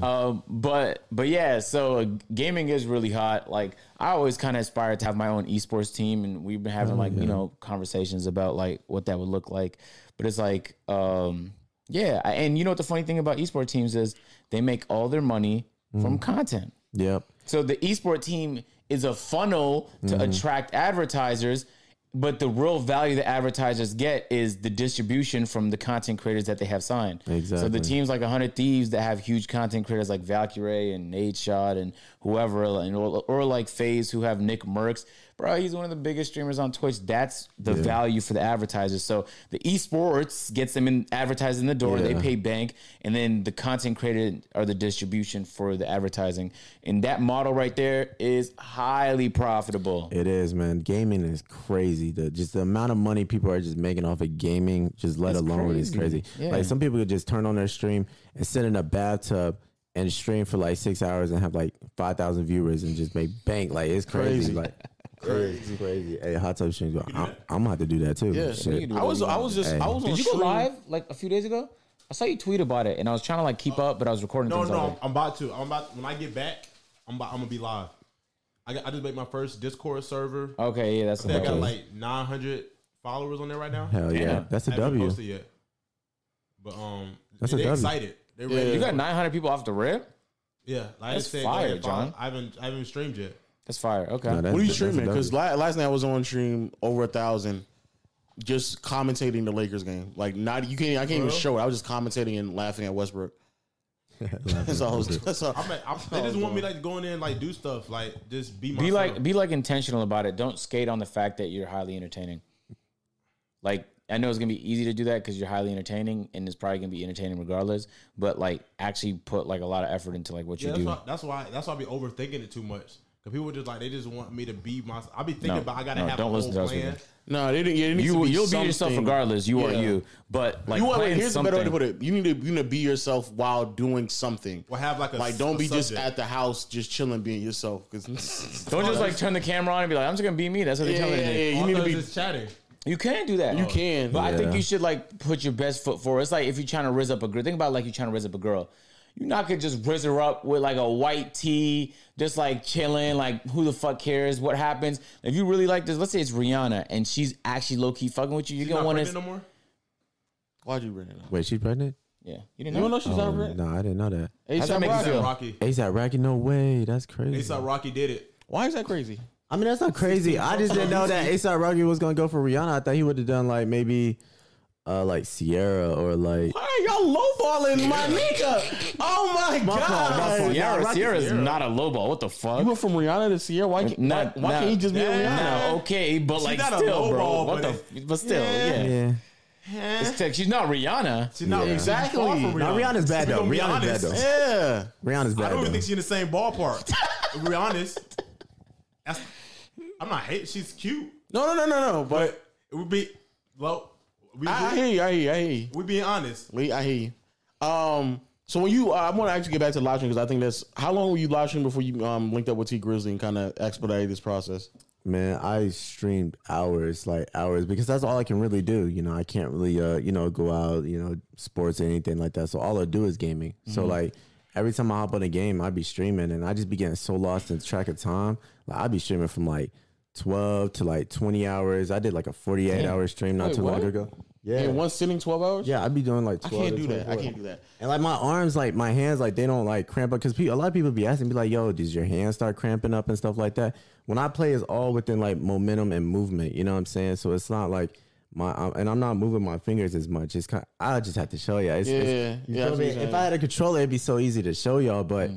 Um, but but yeah, so uh, gaming is really hot. Like I always kind of aspired to have my own esports team, and we've been having like you know conversations about like what that would look like. But it's like um, yeah, I- and you know what the funny thing about esports teams is they make all their money from content. Yep. So the esport team is a funnel to attract advertisers, but the real value that advertisers get is the distribution from the content creators that they have signed. So the Exactly. teams like 100 Thieves that have huge content creators like Valkyrie and Nate Shot and whoever, and or, or like FaZe who have Nick Merckx. Bro, he's one of the biggest streamers on Twitch. That's the value for the advertisers. So the esports gets them in advertising the door. They Yeah. pay bank, and then the content creator or the distribution for the advertising. And that model right there is highly profitable. It is, man. Gaming is crazy. The just the amount of money people are just making off of gaming, just let alone is crazy. crazy. Yeah. Like some people could just turn on their stream and sit in a bathtub and stream for like six hours and have like five thousand viewers and just make bank. Like it's Crazy. crazy. Like [laughs] crazy, crazy. Hey, hot tub streams. I'm, I'm gonna have to do that too. Yeah. Shit. You can do I was I was just I was on Did you go stream. live like a few days ago? I saw you tweet about it, and I was trying to like keep up, but I was recording No, things. all no, day. I'm about to. I'm about when I get back. I'm about, I'm gonna be live. I got, I just made my first Discord server. Oh, Okay, yeah, that's I think I got okay. like 900 followers on there right now. Hell yeah. That's a I haven't W. posted yet. But um, That's a they W. excited. They ready. you got 900 people off the rip. yeah. Like I That's said, fire, go ahead, follow- John. I haven't I haven't streamed yet. That's fire. Okay. No, that's- What are you that's a streaming? W. Because last, night I was on stream over a thousand, just commentating the Lakers game. Like not you can't I can't even show it. I was just commentating and laughing at [laughs] Westbrook. [laughs] that's all. I was, that's all. I'm, at- I'm, they just want me like going in and like do stuff like just be myself. Oh, be like be like intentional about it. Don't skate on the fact that you're highly entertaining. Like I know it's gonna be easy to do that because you're highly entertaining, and it's probably gonna be entertaining regardless. But like actually put like a lot of effort into like what yeah, you that's do. why, that's why that's why I be overthinking it too much. Cause people just like they just want me to be myself. I be thinking No, about I gotta no, have don't a whole listen to those plan. people. No, they didn't. Yeah, it needs You to be you'll be yourself something. regardless. You are Yeah. you. But like You want, plan here's something. a better way to put it. You need to you need to be yourself while doing something. Or have like a Like don't a be just subject. at the house just chilling being yourself. Because Don't just like turn the camera on and be like, I'm just gonna be me. That's what they're yeah, telling yeah, me. yeah, you All need to those be. is chatting. You can do that. You can. But I think Yeah. you should like put your best foot forward. It's like if you're trying to rizz up a girl, think about like you're trying to rizz up a girl. You're not gonna just rizz her up with like a white tee, just like chilling, like who the fuck cares what happens. If you really like this, let's say it's Rihanna and she's actually low key fucking with you, you're You gonna not want pregnant to. no more. [laughs] Why'd you bring it up? Wait, she pregnant? yeah, you didn't You know. don't know she's not Oh, pregnant. no, I didn't know that. How's A$AP that make you Rocky. feel? Rocky. ASAP Rocky, no way. That's crazy. ASAP Rocky did it. Why is that crazy? I mean, that's not crazy. I just didn't know that ASAP Rocky was gonna go for Rihanna. I thought he would have done like maybe, uh, like Sierra or like. Why are y'all lowballing my nigga? Oh my, god! fault, my fault. Ciara, Rocky's Ciara's Ciara. not a lowball. What the You fuck? went from Rihanna to Sierra. Why, can't- Nah, why, why nah. can't he just be a Nah. Rihanna? No, okay, but like not a still, bro. lowball, What the? but f- But still, yeah. Yeah. It's tech- she's not Rihanna. She's not Yeah. exactly. Far from Rihanna. No, Rihanna's bad We though. gonna be Rihanna's bad honest. though. Yeah. Rihanna's I bad don't even though. think she's in the [laughs] same ballpark. if we're honest, that's, I'm not hating. She's cute, No, no, no, no, no. But but it would be well. We, I, I we, hear you. I hear you. I hear you. we being honest. Lee, I hear you. Um, so when you, I want to actually get back to live stream because I think that's how long were you live stream before you um linked up with T Grizzly and kind of expedited this process? Man, I streamed hours, like hours, because that's all I can really do. You know, I can't really, uh, you know, go out, you know, sports or anything like that. So all I do is gaming. So like every time I hop on a game, I be streaming, and I just be getting so lost in track of time. Like I be streaming from like twelve to like twenty hours. I did like a forty-eight hour stream not Wait, too what? long ago. Yeah, In one sitting, twelve hours. yeah, I'd be doing like I 12 can't to do that. I 24. can't do that. And like my arms, like my hands, like they don't like cramp up because a lot of people be asking, be like, "Yo, does your hands start cramping up and stuff like that?" When I play, it's all within like momentum and movement. You know what I'm saying? So it's not like my um, and I'm not moving my fingers as much. It's kind. I just have to show you. It's, it's, Yeah, you yeah, feel that's what me? I'm saying. Mm. If I had a controller, it'd be so easy to show y'all. But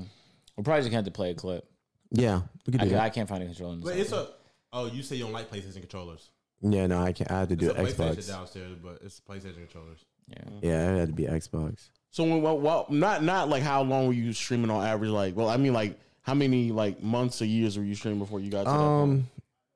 We're probably just gonna have to play a clip. yeah, we could I, do that. I can't find a controller. in this But it's a. Oh, you say you don't like PlayStation controllers. yeah, no, I can't. I have to do It's a PlayStation Xbox. downstairs, but it's PlayStation controllers. Yeah, it had to be Xbox. So when, well, well, not not like how long were you streaming on average? Like, well, I mean, like how many like months or years were you streaming before you got to that? Point? Um,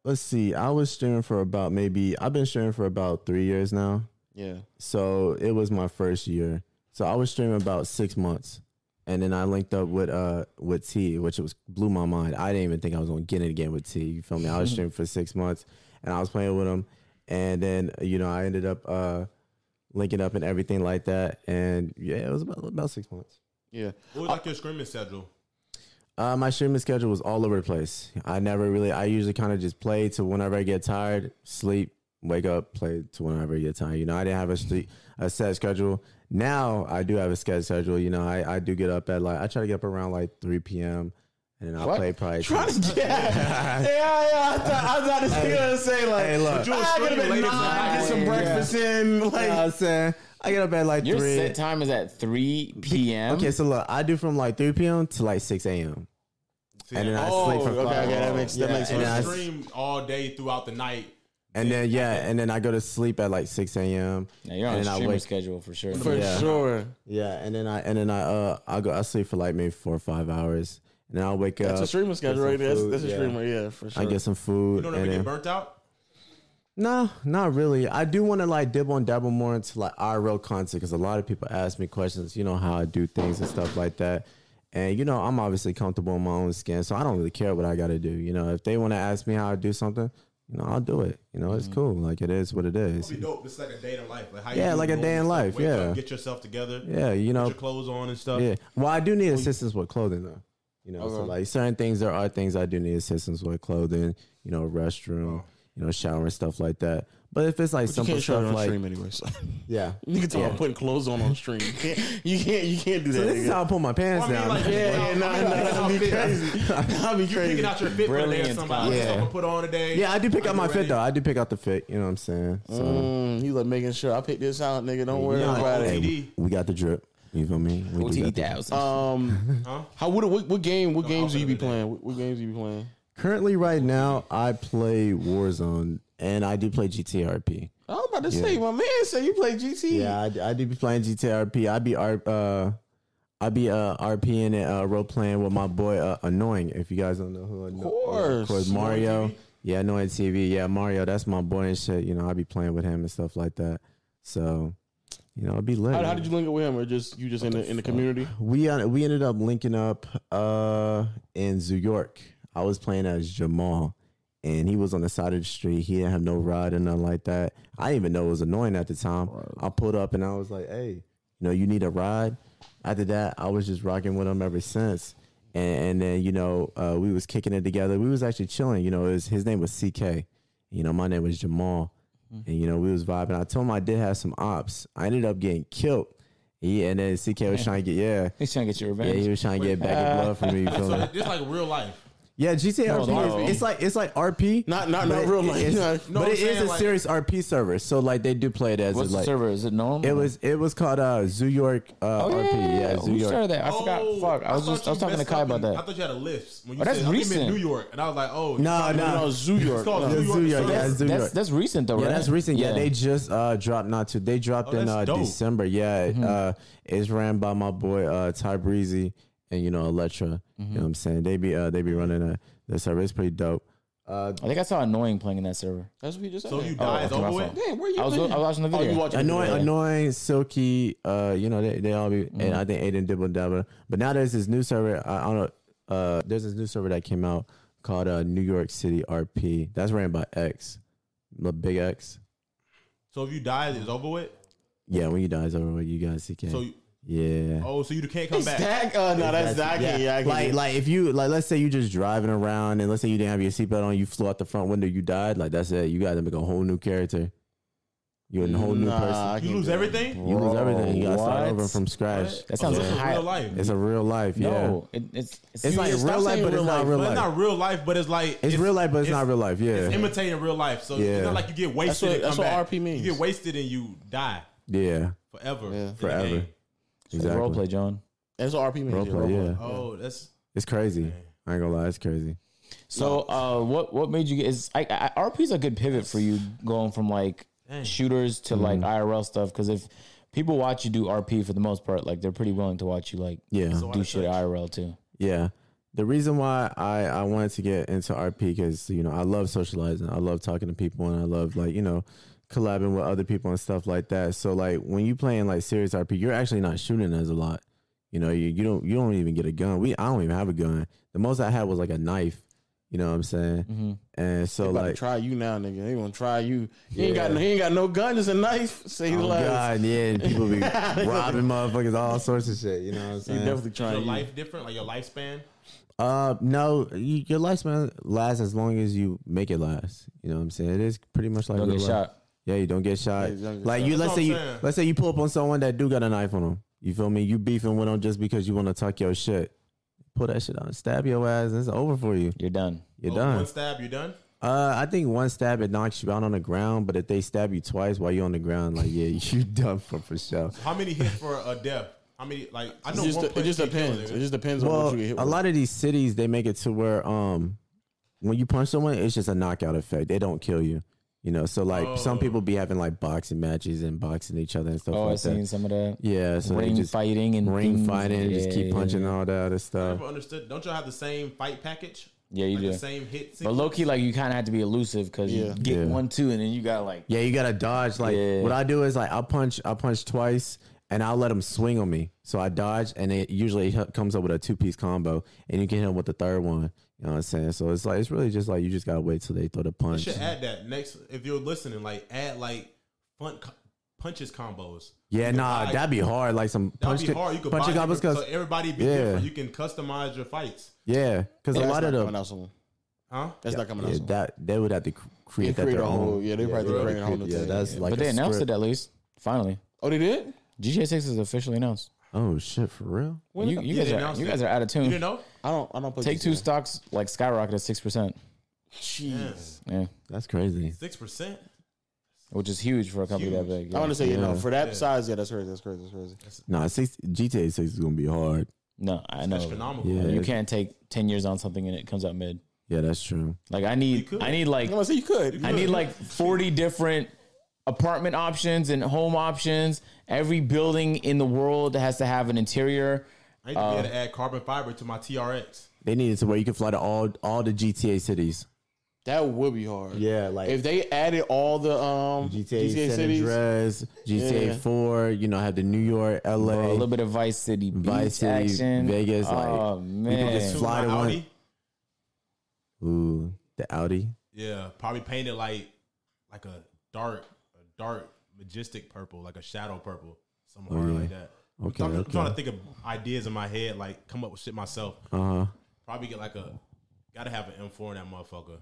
let's see. I was streaming for about maybe I've been streaming for about three years now. Yeah. So it was my first year. So I was streaming about six months, and then I linked up with uh with T, which was blew my mind. I didn't even think I was gonna get in again with T. You feel me? I was streaming for six months, and I was playing with him, and then you know I ended up uh linking up and everything like that, and yeah, it was about about six months. Yeah. What was like your screaming schedule? Uh, my streaming schedule was all over the place. I never really. I usually kind of just play to whenever I get tired, sleep, wake up, play to whenever I get tired. You know, I didn't have a sleep, a set schedule. Now I do have a set schedule. You know, I, I do get up at like I try to get up around like three p.m. and then I What? play probably. Trying to yeah, yeah, yeah. I thought, I thought this nigga gonna say like, "Ah, Hey, look. I gotta Late be as nine, night. get some Yeah. breakfast in. Like, You know what I'm saying I get up at like Your three. set time is at 3 p.m. Okay, so look, I do from like three p.m. to like six a.m. And then I sleep oh, from okay, okay, five. that makes that Yeah, makes So and sense. I- you stream all day throughout the night. And then yeah, and then I go to sleep at like six a.m. Now you're on and a then I streamer wake- schedule for sure. For Yeah. sure. Yeah, and then I and then I uh I go I sleep for like maybe four or five hours, and then I'll wake up. That's a streamer schedule some right there. That's, food, that's a yeah. streamer, yeah, for sure. I get some food. You don't ever and get then, burnt out. no, not really. I do want to like dibble and dabble more into like IRL content because a lot of people ask me questions. You know how I do things and stuff like that. And you know I'm obviously comfortable in my own skin, so I don't really care what I got to do. You know, if they want to ask me how I do something, you know I'll do it. You know it's cool. Like it is what it is. It'd Mm. be dope. It's like a day in life. Like how Yeah, do like a normal day in stuff. life, Wake yeah. Up, get yourself together. Yeah, you Put know your clothes on and stuff. Yeah. Well, I do need assistance with clothing though. You know, so like certain things, there are things I do need assistance with clothing. You know, restroom, you know, shower and stuff like that. But if it's like You simple can't show it stuff on like stream anyway. So. [laughs] [laughs] yeah, You can talk about putting clothes on on stream. You can't. You can't, you can't do that. so this is nigga. how I put my pants Well, I down. mean, like, yeah, yeah, nah, nah, that'd be crazy. [laughs] That'd be Picking crazy. out your fit for the day or Brilliant somebody. concept. Yeah. Something to put on today. yeah, I do pick Are out you my ready? fit though. I do pick out the fit. You know what I'm saying? So Mm, you like making sure I picked this out, nigga. Don't worry Yeah. about Hey, it. OTD. we got the drip. You feel me? We do OTE got the- thousand. Um, Huh? how what, what what game? What No, games I'll do you put be it in. playing? What, what games do you be playing? Currently, right now, I play Warzone and I do play GTRP. I was about to say, my man said you play GT. Yeah, I, I do be playing GTRP. I be R, uh, I be uh RPing and uh, role playing with my boy uh, Annoying. If you guys don't know who Annoying, course. Mario. TV. Yeah, Annoying TV. Yeah, Mario. That's my boy and shit. You know, I be playing with him and stuff like that. So, you know, I'd be lit. How, how did you link up with him, or just you just in the, in the community? We uh, we ended up linking up uh in New York. I was playing as Jamal, and he was on the side of the street. He didn't have no ride and nothing like that. I didn't even know it was annoying at the time. I pulled up and I was like, "Hey, you know, you need a ride." After that, I was just rocking with him ever since. And, and then you know, uh, we was kicking it together. We was actually chilling. You know, it was, his name was CK. You know, my name was Jamal. And you know, we was vibing. I told him I did have some ops. I ended up getting killed. Yeah, and then CK was trying to get yeah. He's trying to get your Yeah, revenge. he was trying to get back in blood from me. You feel So [laughs] me? it's like real life. Yeah, GTA No, RP. no. Is, it's like it's like RP. Not- not- but not it- real life. it's- No, no, but it I'm is saying, a like- serious RP server, so like they do play it as What's the like server? Is it known? it was. It was called uh, Zoo York uh, RP. Yeah, Zoo Oh, Who started York. that? I forgot. Oh, Fuck. I was thought just I was you talking to messed Kai up about when- I that. thought you had a list when you Oh, that's said I think you meant recent. New York, and I was like, oh, you No, probably- No, [laughs] no, Zoo York. It's called No. New Zoo York. York. Yeah, That's- Zoo That's York. that's recent though, Yeah, right? that's recent. Yeah, they just uh, dropped not too. They dropped Oh, in that's uh, dope. December. Yeah, uh, it's ran by my boy uh, Ty Breezy and you know Electra. You know what I'm saying? They be uh, they be running a the server. It's pretty dope. Uh, I think I saw annoying playing in that server. That's what you just said. So you Oh, die, it's okay, my over with. fault. Damn, where you? I was, I been? was watching the Oh, video. you watching? annoying, video. annoying, silky. Uh, you know they, they all be, and I think Aiden Dibble Dabba. But now there's this new server. I, I don't know. Uh, there's this new server that came out called uh, New York City RP. That's ran by X, the Big X. So if you die, it's over with. Yeah, when you die, it's over with. You guys, you can. So you- yeah. oh, so you can't come Is back. that? Uh, no, that's I Yeah. can't. Yeah, I like can't. like if you like let's say you just driving around and let's say you didn't have your seatbelt on, you flew out the front window, you died. Like that's it. You got to make a whole new character. You're a whole new Nah, I person. can't you lose do that. everything. You lose Bro, everything. You got to start what? over from scratch. That Oh, sounds so it's high. real life. It's a real life. Yeah. No, it, it's it's, It's like stop real life, saying but real it's not life, real But it's life. not real life, but it's like It's real life, but it's not real life. It's Yeah, imitating real life, so Yeah. it's not like you get wasted. what- and come that's what back. RP means. You get wasted and you die yeah, forever. Yeah. in the Forever. game. exactly. role play, John. That's what RP means. Role yeah, play, role yeah. Oh, that's It's crazy. I ain't gonna lie, it's crazy. So, uh, what what made you get is I, I RP's a good pivot for you going from like shooters to like Mm-hmm. IRL stuff because if people watch you do RP for the most part, like they're pretty willing to watch you like Yeah, So- do shit IRL too. yeah. The reason why I I wanted to get into RP because you know I love socializing, I love talking to people, and I love like you know collabing with other people and stuff like that. So like when you playing like serious RP, you're actually not shooting as a lot. You know, you, you don't you don't even get a gun. We I don't even have a gun. The most I had was like a knife. You know what I'm saying? And so Mm-hmm. They about like to try you now, nigga. They gonna try you. He ain't got no, he ain't got no gun. It's a knife. Say he Oh lies. God, yeah, and people [laughs] be robbing motherfuckers, all sorts of shit. You know what I'm He saying? definitely your trying you. life different, like your lifespan. uh, no, you, your lifespan lasts as long as you make it last. You know what I'm saying? It is pretty much like Don't real get life. shot. Yeah, you don't get shot. Yeah, you don't get like you, That's let's what say I'm you, saying. let's say you pull up on someone that do got a knife on them. You feel me? You beefing with them just because you want to talk your shit. Pull that shit out and stab your ass, and it's over for you. You're done. You're Oh, done. One stab, you're done. Uh, I think one stab it knocks you out on the ground, but if they stab you twice while you're on the ground, like yeah, [laughs] you done for for sure. How many hits for a death? How many? Like I know It just, one. it just depends. It just depends on what Well, you get hit a with. lot of these cities they make it to where um when you punch someone, it's just a knockout effect. They don't kill you. You know, so like some Oh. people be having like boxing matches and boxing each other and stuff Oh, like I've seen that. some of that. Yeah, so ring they just fighting and ring things. fighting, and just keep Yeah, punching yeah, and all that other stuff. Never understood. Don't y'all have the same fight package? Yeah, you like do. The same hit. But low key, like you kind of had to be elusive because Yeah. you get Yeah. one two and then you gotta like Yeah, you gotta dodge. Like Yeah. what I do is like I punch, I punch twice, and I'll let him swing on me. So I dodge, and it usually h- comes up with a two piece combo, and you get him with the third one. You know what I'm saying? So it's like it's really just like you just gotta wait till they throw the You punch. should add that next if you're listening. Like add like fun co- punches combos. Yeah, You can nah, buy- that'd be hard. Like some that'd punch, be hard. You could punch buy combos, different- cause so everybody be Yeah. different. You can customize your fights. yeah, cause a lot of That's not coming the out soon. Huh? That's not coming Yeah, out. soon. that they would have to cr- They create that create their a whole. own. Yeah, they probably they create a whole new Yeah, thing. that's like but a they announced script. it at least. Finally, Oh, they did. GTA Six is officially announced. Oh shit, for real? When you the- you Yeah, guys they are announced you it. guys are out of You tune. didn't know? I don't. I don't play Take two stocks like skyrocketed six percent. Jeez. Yeah, That's crazy. Six percent. which is huge for a company that Huge. big. I yeah. want to say you know Yeah. for that size. Yeah, that's crazy. That's crazy. That's crazy. Nah, six, GTA six is gonna be hard. no, I That's know. phenomenal. Yeah. You can't take ten years on something and it comes out mid. Yeah, that's true. Like I You need could. I need like I'm gonna say you could. I need like 40 different apartment options and home options. Every building in the world has to have an interior. I need to be able to add carbon fiber to my TRX. They needed to where you can fly to all all the GTA cities. That would be hard. Yeah, like If they added all the um GTA, GTA, San cities, Andreas, GTA Yeah. Four. You know, have the New York, LA, A little bit of Vice City, beach Vice City, action, Vegas, like, Oh man, just- Fly my to one. Audi. ooh, the Audi. Yeah, probably paint it like like a dark, a dark majestic purple, like a shadow purple, somewhere Oh, yeah. like that. Okay, I'm, okay. trying to think of ideas in my head, like come up with shit myself. Uh huh. Probably get like a, gotta have an M4 in that motherfucker.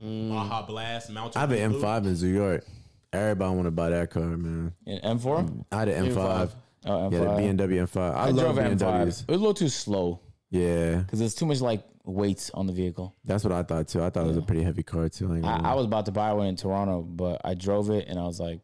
Baja Blast, Mountain. Mm. I have an Blue. M5 in New York. Everybody want to buy that car, man. And M4. I had an M5. Oh, M5. Yeah, the BMW M5. I, I love drove an M5. It BMWs. was a little too slow Yeah, because there's too much like weights on the vehicle. that's what I thought too. I thought it was a pretty heavy car too. Like, I, I was about to buy one in Toronto, but I drove it and I was like,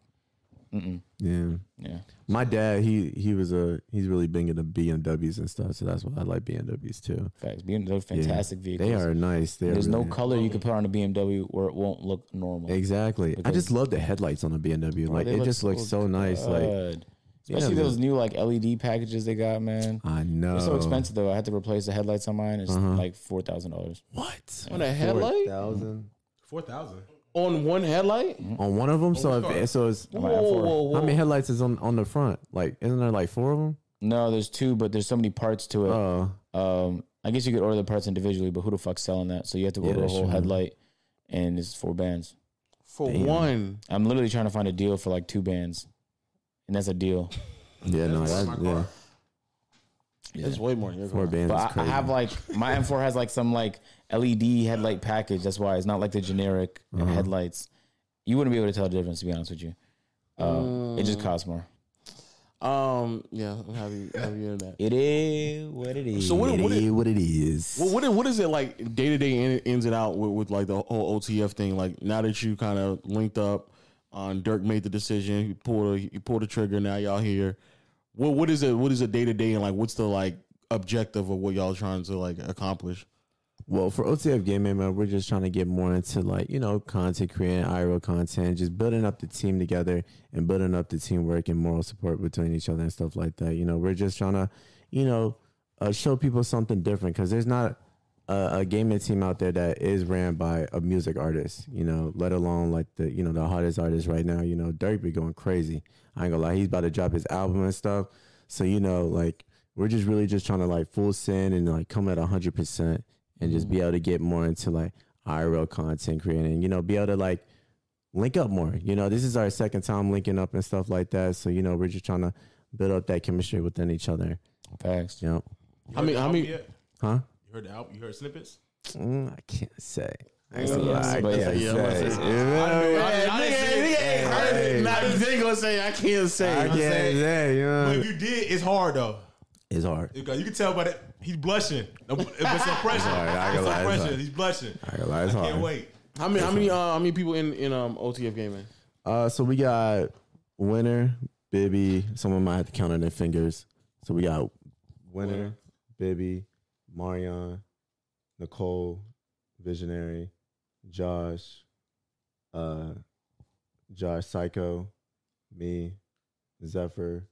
yeah. yeah, My dad, he he was a he's really big into BMWs and stuff, so that's why I like BMWs too. facts. BMW, Yeah. fantastic vehicles. They are nice. They are There's no really- color you can put on a BMW where it won't look normal. Exactly. I just love the headlights on a BMW. Like They it look just looks so nice. Like good. especially man. those new like LED packages they got, man. I know. They're so expensive though. I had to replace the headlights on mine. It's Uh-huh. like four thousand dollars. What? on a headlight, thousand Four thousand. on one headlight. on one of them. Oh So car? if, so it's Whoa, whoa, whoa! how many headlights is on on the front? Like isn't there like four of them? No, there's two, but there's so many parts to it. Oh, Um, I guess you could order the parts individually, but who the fuck's selling that? So you have to order a that's whole true. headlight, and it's four bands. For one, I'm literally trying to find a deal for like two bands, and that's a deal. Oh, yeah, no, That's that's my yeah. car. it's way more. Than your Four car. bands. is But I, I crazy. have like my [laughs] M4 has like some like LED headlight package. That's why it's not like the generic Uh-huh. headlights. You wouldn't be able to tell the difference, to be honest with you. Uh, It Mm. just costs more. Um, yeah, I'm happy, happy you in that. It is what it is. So what? What? it It, is what it is. what, what, it- what is it like day to day in- ins and out with, with like the whole OTF thing? Like now that you kind of linked up, um, Dirk made the decision. He pulled a, he pulled the trigger. Now y'all here. What what is it? What is it day to day and like what's the like objective of what y'all trying to like accomplish? Well, for OTF Gaming, man, we're just trying to get more into like, you know, content creating, IRL content, just building up the team together and building up the teamwork and moral support between each other and stuff like that. You know, we're just trying to, you know, uh, show people something different because there's not a, a gaming team out there that is ran by a music artist, you know, let alone like the, you know, the hottest artist right now. You know, Dirk be going crazy. I ain't gonna lie, he's about to drop his album and stuff. So, you know, like, we're just really just trying to like full send and like come at 100% and just be able to get more into like IRL content creating, you know, be able to like link up more. You know, this is our second time linking up and stuff like that. So, you know, we're just trying to build up that chemistry within each other. Facts. You know, I mean, I Album mean, yet? huh? You heard the album? You heard snippets? Mm, I can't say. I ain't Yeah, gonna lie, I but can't yeah, say. yeah, I didn't say it. Hey. Not a thing gonna say I can't I say. can't saying- say, you know. But if you did, it's hard though. It's hard. Because You can tell by that he's blushing. No, but [laughs] It's some pressure. It's hard. I ain't gonna some lie, it's pressure. hard. He's blushing. I ain't gonna lie, it's hard. Can't wait. How many how many uh, how many people in in um OTF gaming? Uh, so we got Winner, Bibby. Someone might have to count on their fingers. So we got Winner, Winner. Bibby, Marion, Nicole, Visionary, Josh, uh, Josh Psycho, me, Zephyr,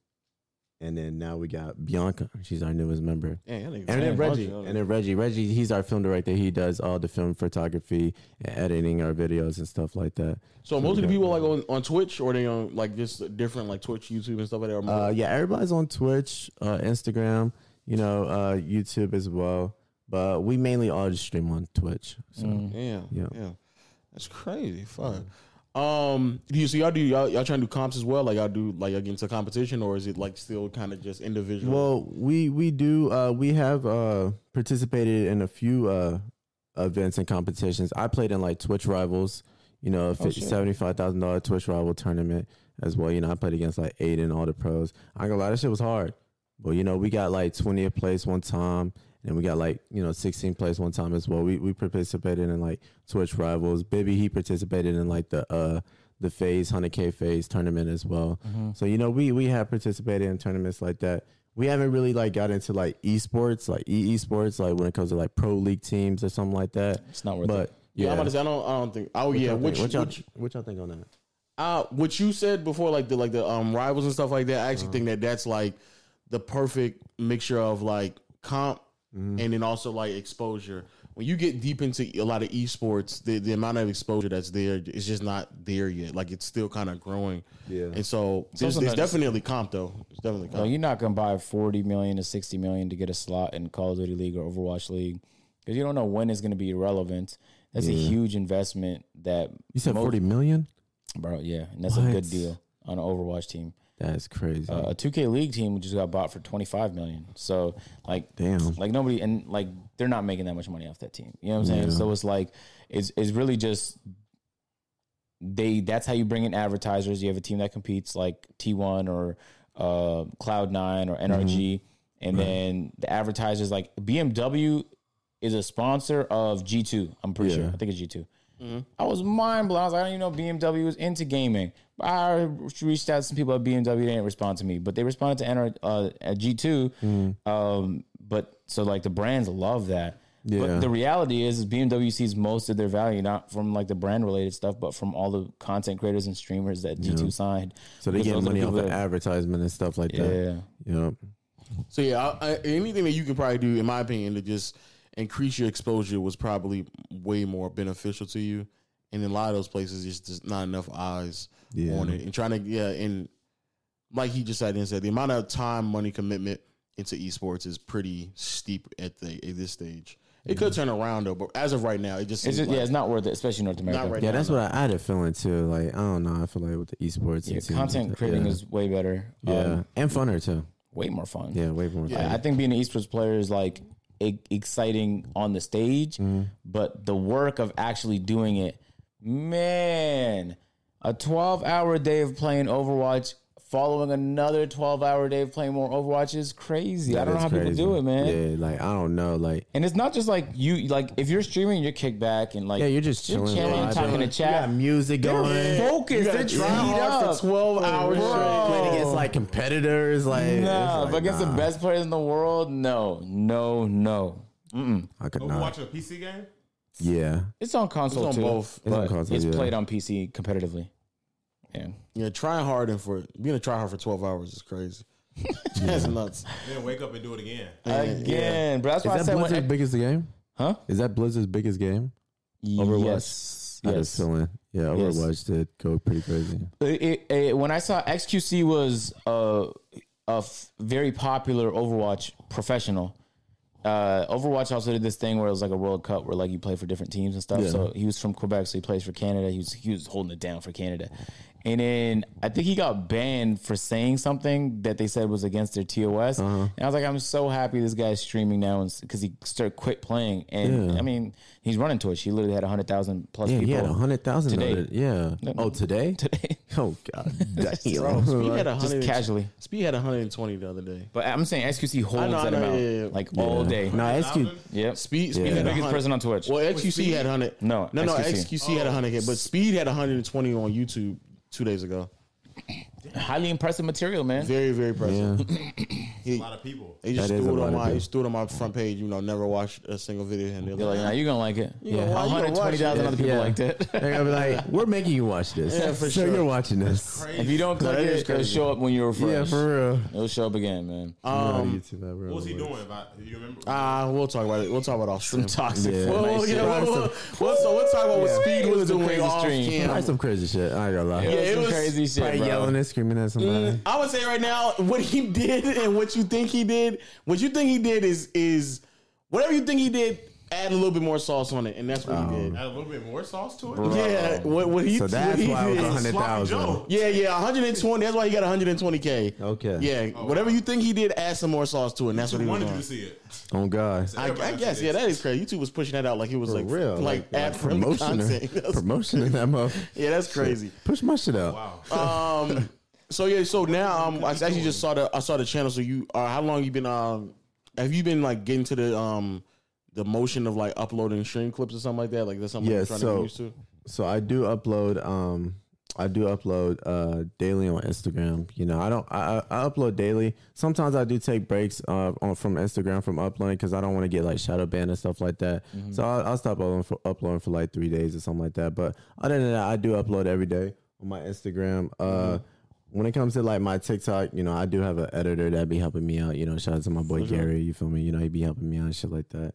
and then now we got Bianca. She's our newest member. Yeah, y'all niggas- And then Damn, Reggie, Reggie. and then Reggie, Reggie, he's our film director. He does all the film photography and editing our videos and stuff like that. So most of the people like on, on Twitch or they on like just different like Twitch, YouTube and stuff like that. Or Uh, yeah, everybody's on Twitch, uh, Instagram, you know, uh, YouTube as well. But we mainly all just stream on Twitch. So yeah, yeah. yeah, That's crazy. Fuck. Um, do you so y'all do y'all, y'all trying to do comps as well? Like y'all do like y'all get into competition or is it like still kind of just individual? Well, we we do uh, we have uh, participated in a few uh, events and competitions. I played in like Twitch Rivals, you know, a fifty shit. seventy five thousand dollar Twitch Rival tournament as well. You know, I played against like eight and all the pros. I ain't gonna lie, that shit was hard. But you know, we got like twentieth place one time, and we got like you know sixteenth place one time as well. We we participated in like Twitch Rivals. Baby, he participated in like the uh the phase hundred k phase tournament as well. Mm-hmm. So you know, we we have participated in tournaments like that. We haven't really like got into like esports, like e esports, like when it comes to like pro league teams or something like that. It's not worth but, it. Yeah, Yeah, I'm about to say, I don't, I don't think. Oh What yeah, y'all think- which, what y'all, which, what y'all think on that? uh, what you said before, like the like the um rivals and stuff like that. I Mm-hmm. actually think that that's like the perfect mixture of like comp Mm-hmm. and then also like exposure. When you get deep into a lot of esports, the, the amount of exposure that's there is just not there yet. Like it's still kind of growing. Yeah. And so there's, also there's not- definitely comp though. It's definitely comp. Like you're not gonna buy forty million to sixty million to get a slot in Call of Duty League or Overwatch League because you don't know when it's gonna be relevant. That's a huge investment that You said mo- forty million? bro. Yeah, and that's a What? good deal on an Overwatch team. That's crazy. Uh, a 2K League team just got bought for 25 million. So like, Damn. like nobody and like they're not making that much money off that team. You know what I'm saying? So it's like, it's it's really just they. That's how you bring in advertisers. You have a team that competes like T1 or uh, Cloud Nine or NRG, and then the advertisers like BMW is a sponsor of G2. I'm pretty sure. I think it's G2. I was mind blown. I was like, I didn't even know BMW was into gaming. But I reached out to some people at BMW. They didn't respond to me, but they responded to NR, uh, at G2. Mm. Um, but so like the brands love that. Yeah. But the reality is, is BMW sees most of their value not from like the brand related stuff, but from all the content creators and streamers that G2 signed. so they Because get those are money the off people of that- advertisement and stuff like that. Yeah. Yeah. So yeah, I, I, anything that you can probably do, in my opinion, to just increase your exposure was probably way more beneficial to you. And in a lot of those places, it's just not enough eyes Yeah. Mm-hmm. on it. And trying to yeah, and like he just said and said, the amount of time, money, commitment into esports is pretty steep at the at this stage. It could turn around though, but as of right now, it just seems It's just, like yeah, it's not worth it, especially in North America. right Yeah, now. that's what I, I had a feeling too. Like, I don't know. I feel like with the esports Yeah, and teams, content creating yeah. is way better. yeah. Um, and funner too. way more fun. Yeah, way more. Yeah. fun. I I think being an esports player is like e- exciting on the stage, Mm-hmm. but the work of actually doing it, man, a 12 hour day of playing Overwatch following another 12 hour day of playing more Overwatch is crazy. I don't know That's how crazy. people do it, man. Yeah, like I don't know. Like, And it's not just like you, like if you're streaming, you're kicked back and like yeah, you're just you're chilling, chilling, vibing. talking to You chat. got music going. Focus, they're try teed hard up. for twelve hours Bro. straight. Playing against like competitors, like Nah, but it's like, against nah, the best players in the world, no, no, no. I could Overwatch not. watching a PC game? Yeah, It's on console It's on too. both. It's on but console, it's yeah. played on PC competitively. Yeah. Yeah, trying hard and for being a try hard for twelve hours is crazy. [laughs] that's nuts. Then wake up and do it again. Again, bro. That's why I is that said Blizzard's when, biggest game? huh? Is that Blizzard's biggest game? Overwatch? Yes. I had a Yes. feeling. Yeah, Yes. Overwatch did go pretty crazy. It- it- it- when I saw XQC was uh, a f- very popular Overwatch professional. Uh, Overwatch also did this thing where it was like a World Cup where like you play for different teams and stuff. So he was from Quebec, so he plays for Canada. He was he was holding it down for Canada, and then I think he got banned for saying something that they said was against their TOS. Uh-huh. And I was like, I'm so happy this guy's streaming now because he started quit playing. And Yeah. I mean, he's running Twitch. He literally had hundred thousand plus Yeah, people. he had hundred thousand today. today. Yeah. Oh, today? [laughs] today. Oh [laughs] God, Speed damn. had a Just hundred. casually. Speed had 120 the other day. But I'm saying SQC I holds know, I that know, amount yeah, yeah, yeah. like all day. No, SQ. Thousand? Yep. Speed, speed Yeah. had Biggest 100 person on Twitch. Well, XQC had 100. No, no, no. XQC. XQC had 100 k, but Speed had 120 on YouTube two days ago. Highly impressive material, man. Very, very impressive. Yeah. A lot of people. They just That is threw a it lot on of my, people. they just threw it on my front page. You know, never watched a single video. And they're You're like, like, nah, you're gonna like it. gonna wa- you gonna watch 120,000 it. other people Yeah. liked it. [laughs] They're gonna be like, "We're making you watch this." Yeah, for [laughs] so sure. You're watching this. Crazy. if you don't click That is it, it'll crazy. show up when you're fresh. Yeah, for real. It'll show up again, man. um, what was he doing? If I, you remember? ah, we'll talk about it. We'll talk about off stream. Toxic. Yeah. Well, Fortnite well, shit. yeah, well, well, well, so we'll talk about what Speed was a doing crazy off stream. cam. Probably some crazy shit. I ain't gonna lie. Yeah, it Some was crazy shit, Probably bro. yelling and screaming at somebody. I would say right now, what he [laughs] did and what you think he did, what you think he did is is whatever you think he did add a little bit more sauce on it, and that's what he did. Add a little bit more sauce to it. Yeah, what, what he Oh. So that's what he why it was did. 100,000. Sloppy Joe. [laughs] Yeah, yeah, 120. That's why he got 120k. Okay. Yeah, Oh, whatever wow. you think he did, add some more sauce to it. And that's what he was Wanted you doing. to see it. Oh God. I, I guess, yeah, that is crazy. YouTube was pushing that out like it was For like real, like, ad friendly promotion, or- content. [laughs] That's- promotion in that mother. yeah, that's crazy. Push my shit out. Wow. Um, so yeah, so now um, I actually just saw the I saw the channel. So you are how long you been um have you been like getting to the um the motion of like uploading stream clips or something like that? Like that's something Yeah, you're trying to so- get used to. So I do upload. Um, I do upload uh daily on Instagram. You know, I don't. I, I I upload daily. Sometimes I do take breaks uh on, from Instagram from uploading because I don't want to get like shadow banned and stuff like that. So I'll, I'll stop uploading for uploading for like three days or something like that. But other than that, I do upload every day on my Instagram. Uh. When it comes to like my TikTok, you know, I do have an editor that be helping me out. You know, shout out to my boy Gary. You feel me? You know, he be helping me out and shit like that.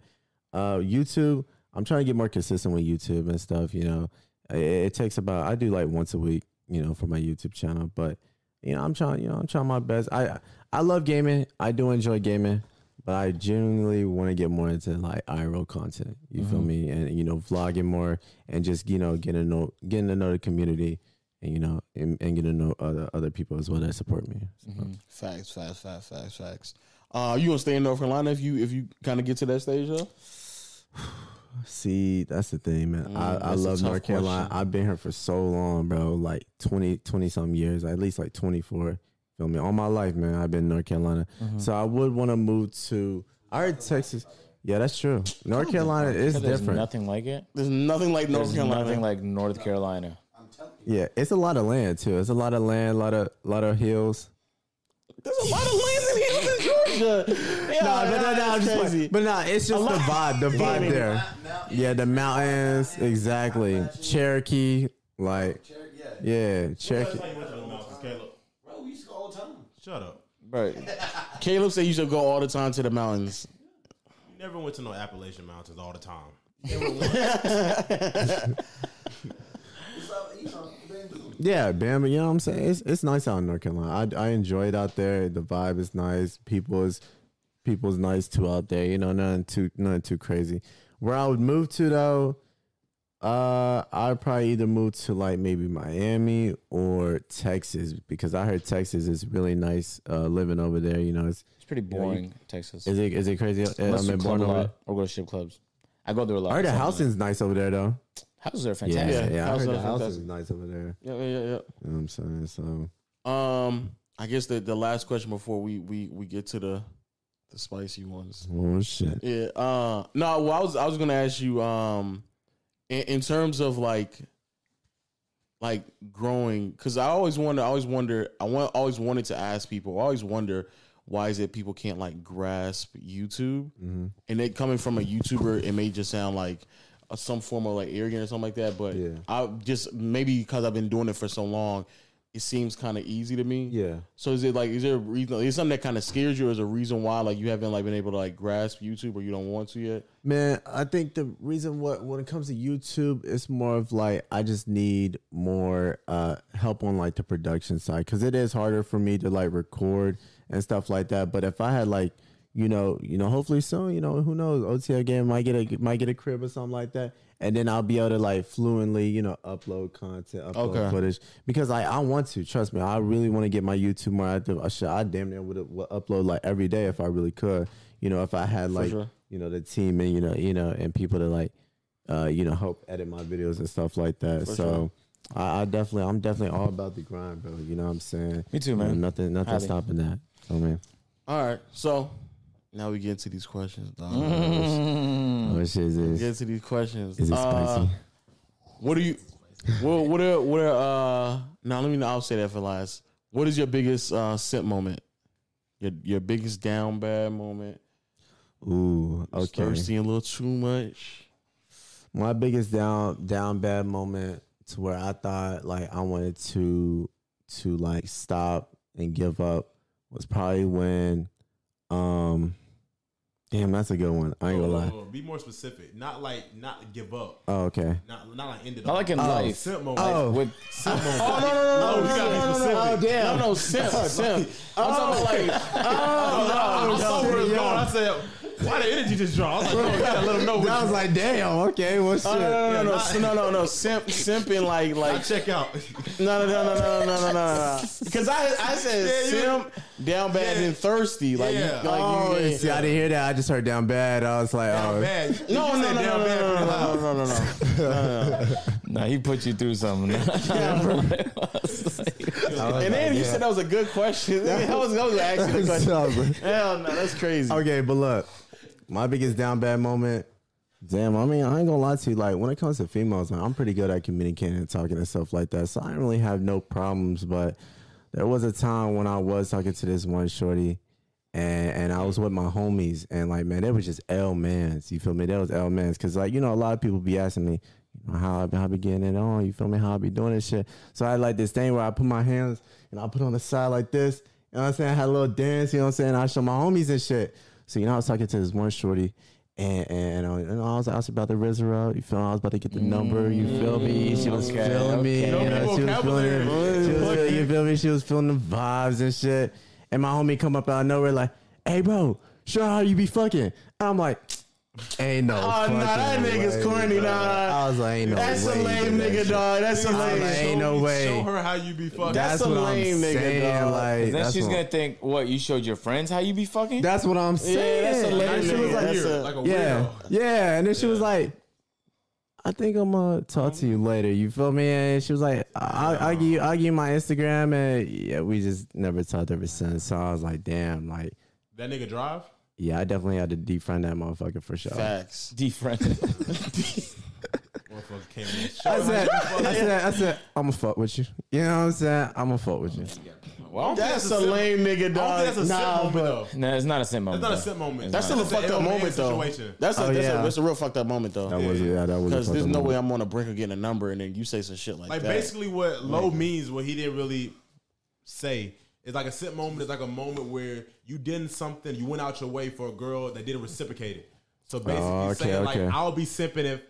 Uh, YouTube, I'm trying to get more consistent with YouTube and stuff. You know, it, it takes about I do like once a week. You know, for my YouTube channel, but you know, I'm trying. You know, I'm trying my best. I I love gaming. I do enjoy gaming, but I genuinely want to get more into like IRL content. You feel me? And you know, vlogging more and just you know getting to know getting to know the community. And you know, and, and getting to know other other people as well that support me. So, Mm-hmm. Facts, facts, facts, facts, facts. Uh, you gonna stay in North Carolina if you if you kind of get to that stage though? See, that's the thing, man. I, Mm, I that's a love tough North Carolina. question. I've been here for so long, bro. Like 20, 20 something years, at least like 24. Feel me? All my life, man, I've been in North Carolina. Mm-hmm. So I would want to move to, I heard Texas. Yeah, that's true. North Carolina is There's different. nothing like it. There's nothing like North There's Carolina. nothing like North Carolina. Yeah, it's a lot of land, too. It's a lot of land, a lot of, lot of hills. There's a lot of lands in here in Georgia. Yeah, [laughs] nah, nah, I'm that's just playing. crazy. But nah, it's just the vibe, the vibe mean, there. Yeah, the mountains, exactly. Cherokee, like, yeah, Cherokee. That's how you went to the mountains, Caleb. Bro, we used to go all the time. Shut up. Caleb said you should go all the time to the mountains. You never went to no Appalachian mountains all the time. What's up? You know, been doing. Yeah, Bama. You know what I'm saying? It's, it's nice out in North Carolina. I, I enjoy it out there. The vibe is nice. People is people's nice too out there. You know, nothing too nothing too crazy. Where I would move to though, uh, I'd probably either move to like maybe Miami or Texas because I heard Texas is really nice uh, living over there. You know, it's It's pretty boring, Texas. is it is it crazy? Uh, Unless I'm you in club a Baltimore. lot or go to strip clubs. I go there a lot. I heard the It's not really- housing's nice over there though. houses are Yeah, fantastic. yeah, I houses heard are the house is fantastic. nice over there. Yeah, yeah, yeah. You know what I'm saying? So Um, I guess the the last question before we we we get to the the spicy ones. oh shit. Yeah. Uh, no, well, I was I was gonna ask you. Um, in, in terms of like, like growing, because I always wonder. I always wonder. I want. Always wanted to ask people. I always wonder why is it people can't like grasp YouTube? And it coming from a YouTuber, it may just sound like uh, some form of like arrogant or something like that. But Yeah. I just maybe because I've been doing it for so long, it seems kind of easy to me. Yeah. So is it like is there a reason? Is something that kind of scares you, or is there a reason why like you haven't like been able to like grasp YouTube, or you don't want to yet? Man, I think the reason what when it comes to YouTube, it's more of like I just need more uh help on like the production side because it is harder for me to like record and stuff like that. But if I had like you know, you know, hopefully soon, you know, who knows, OTL game might get a might get a crib or something like that, and then I'll be able to like fluently, you know, upload content, upload Okay. footage because I I want to trust me, I really want to get my YouTube more active. I should, I damn near would would upload like every day if I really could, you know, if I had like sure. you know the team and you know you know and people to like uh you know help edit my videos and stuff like that so I, I definitely i'm definitely all about the grind bro you know what i'm saying Me too, You know, man. nothing nothing Highly. stopping that so man All right, so now we get into these questions. Dog. Mm. oh shit is Get this into these questions. is it Uh, spicy What do you? What what are what are? Uh, now let me. I'll say that for last. What is your biggest uh, simp moment? Your your biggest down bad moment? Uh, ooh Okay. okay Thirsty and a little too much. my biggest down down bad moment to where I thought like I wanted to to like stop and give up was probably when um damn that's a good one I ain't gonna lie Oh, Be more specific. Not like not give up. oh okay Not not like ended. Not like in life. Simp moment. oh With Oh no no no no we no gotta no no, no, be no specific. no damn no no simp simp. I'm talking about like I saw where it's going. I said, Why the energy just dropped? I was like, bro, you gotta let them know. I What was you, like, damn, okay, what's Oh, No, shit? no, no, no, no, no, no, no, [laughs] simp, simping like, like, check out. [laughs] no, no, no, no, no, no, no, no, no, because I, I said Yeah, you- simp, down bad, Yeah. and thirsty, like, you- Yeah. like, Oh, you, see, I didn't hear that. I just heard down bad. I was like, Down oh, bad. You no, said no, no, no, down no, bad no, pretty loud. no, no, no, [laughs] no, no. Nah, he put you through [laughs] something. I was And like, then you yeah. said that was a good question. [laughs] That was, that was [laughs] actually a [laughs] question. So, bro. Hell no, that's crazy. Oh, Okay, but look, my biggest down bad moment. Damn, I mean, I ain't gonna lie to you. Like, when it comes to females, man, I'm pretty good at communicating and talking and stuff like that. So I don't really have no problems. But there was a time when I was talking to this one shorty, and and I was with my homies, and like, man, they was just L mans. You feel me? They was L mans because like, you know, a lot of people be asking me you know, how I, how I be getting it on. You feel me? How I be doing this shit. So I had like this thing where I put my hands and I put on the side like this. You know what I'm saying? I had a little dance. You know what I'm saying? I show my homies and shit. So you know, I was talking to this one shorty. And, and, uh, and I, was, I was about to rizz her up. You feel me? I was about to get the number. You feel me? She was okay, feeling me. okay. You No know, she was feeling it. vocabulary. She was feeling, you feel me? She was feeling the vibes and shit. And my homie come up out of nowhere like, "Hey, bro, sure how you be fucking?" And I'm like, "Ain't no." Oh, fucking nah, that nigga's way, corny, bro." nah. I was like, "Ain't no." That's way a you lame did that nigga, shit. dog. That's a Show- I was like, lame. "Ain't no show way." her how you be fucking. That's, That's a what I'm lame nigga, saying. dog. Like, Then that's she's what, gonna think, what you showed your friends how you be fucking? [laughs] That's what I'm saying. that's a Now lame she nigga. was like, That's here, a- like a Yeah, weirdo. yeah. And then she was like, "I think I'm gonna talk to you later." You feel me? And she was like, "I- "I'll, I'll give you, I'll give you my Instagram." And yeah, we just never talked ever since. So I was like, "Damn, like." That nigga drive. Yeah, I definitely had to defriend that motherfucker for sure. Facts. Defriend. Motherfucker came in. Show I her said, how you I said, I said, I'm gonna fuck with you. You know what I'm saying? I'm gonna fuck with you. Well, think That's that's a a sim- lame nigga, I dog. don't think that's a simp moment though. no, it's not a sim moment. That's not a though. simp moment. That's still a That's fucked an up L man moment though. situation. That's a, Oh, that's, yeah. a, that's a real fucked up moment That though. was yeah, that was Because there's no way I'm on the brink of getting a number and then you say some shit like, Like that. basically what low means, what he didn't really say. It's like a sit moment. It's like a moment where you did something, you went out your way for a girl that didn't reciprocate it. So basically Oh, okay, saying okay. like I'll be simping if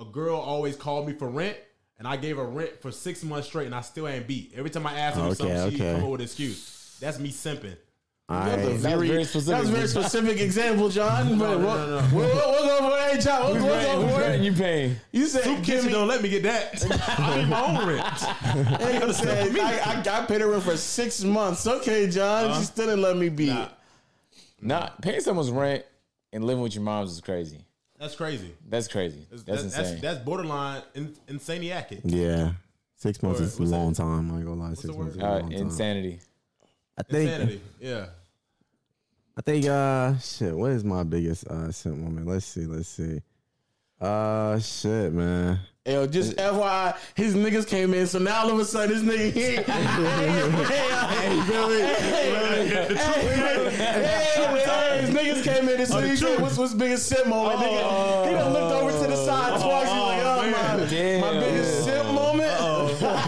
a girl always called me for rent and I gave her rent for six months straight and I still ain't beat. Every time I ask her Okay, for something, she okay. come up with an excuse. That's me simping. That's a I, That was very, very that was a very specific. specific example, John. But what- what- what- what's up for that, John? What's- What's Right, up who's for better? it? You paying? You said, give Kitchen me. don't let me get that. I need my own rent. Hey, I'm [laughs] saying, I, I, I paid her rent for six months. Okay, John, she still didn't let me be. Nah. Not paying someone's rent and living with your moms is crazy. That's crazy. That's crazy. That's, That's insane. That's, that's borderline in, insaniac. yeah, six months is a what's that? long time. I ain't gonna lie, six the months is word? a uh, long time. insanity. I think, Insanity. Yeah. I think, uh, shit. What is my biggest uh simp moment? Let's see, let's see. Uh, shit, man. Yo, just FYI, his niggas came in, so now all of a sudden this nigga [laughs] here. hey, hey, hey, hey, hey, Oh, his niggas came in, and so he said, what's, what's biggest sip moment? nigga, he done looked over to the side twice. He's like, oh, man. my, my Damn. biggest sip moment?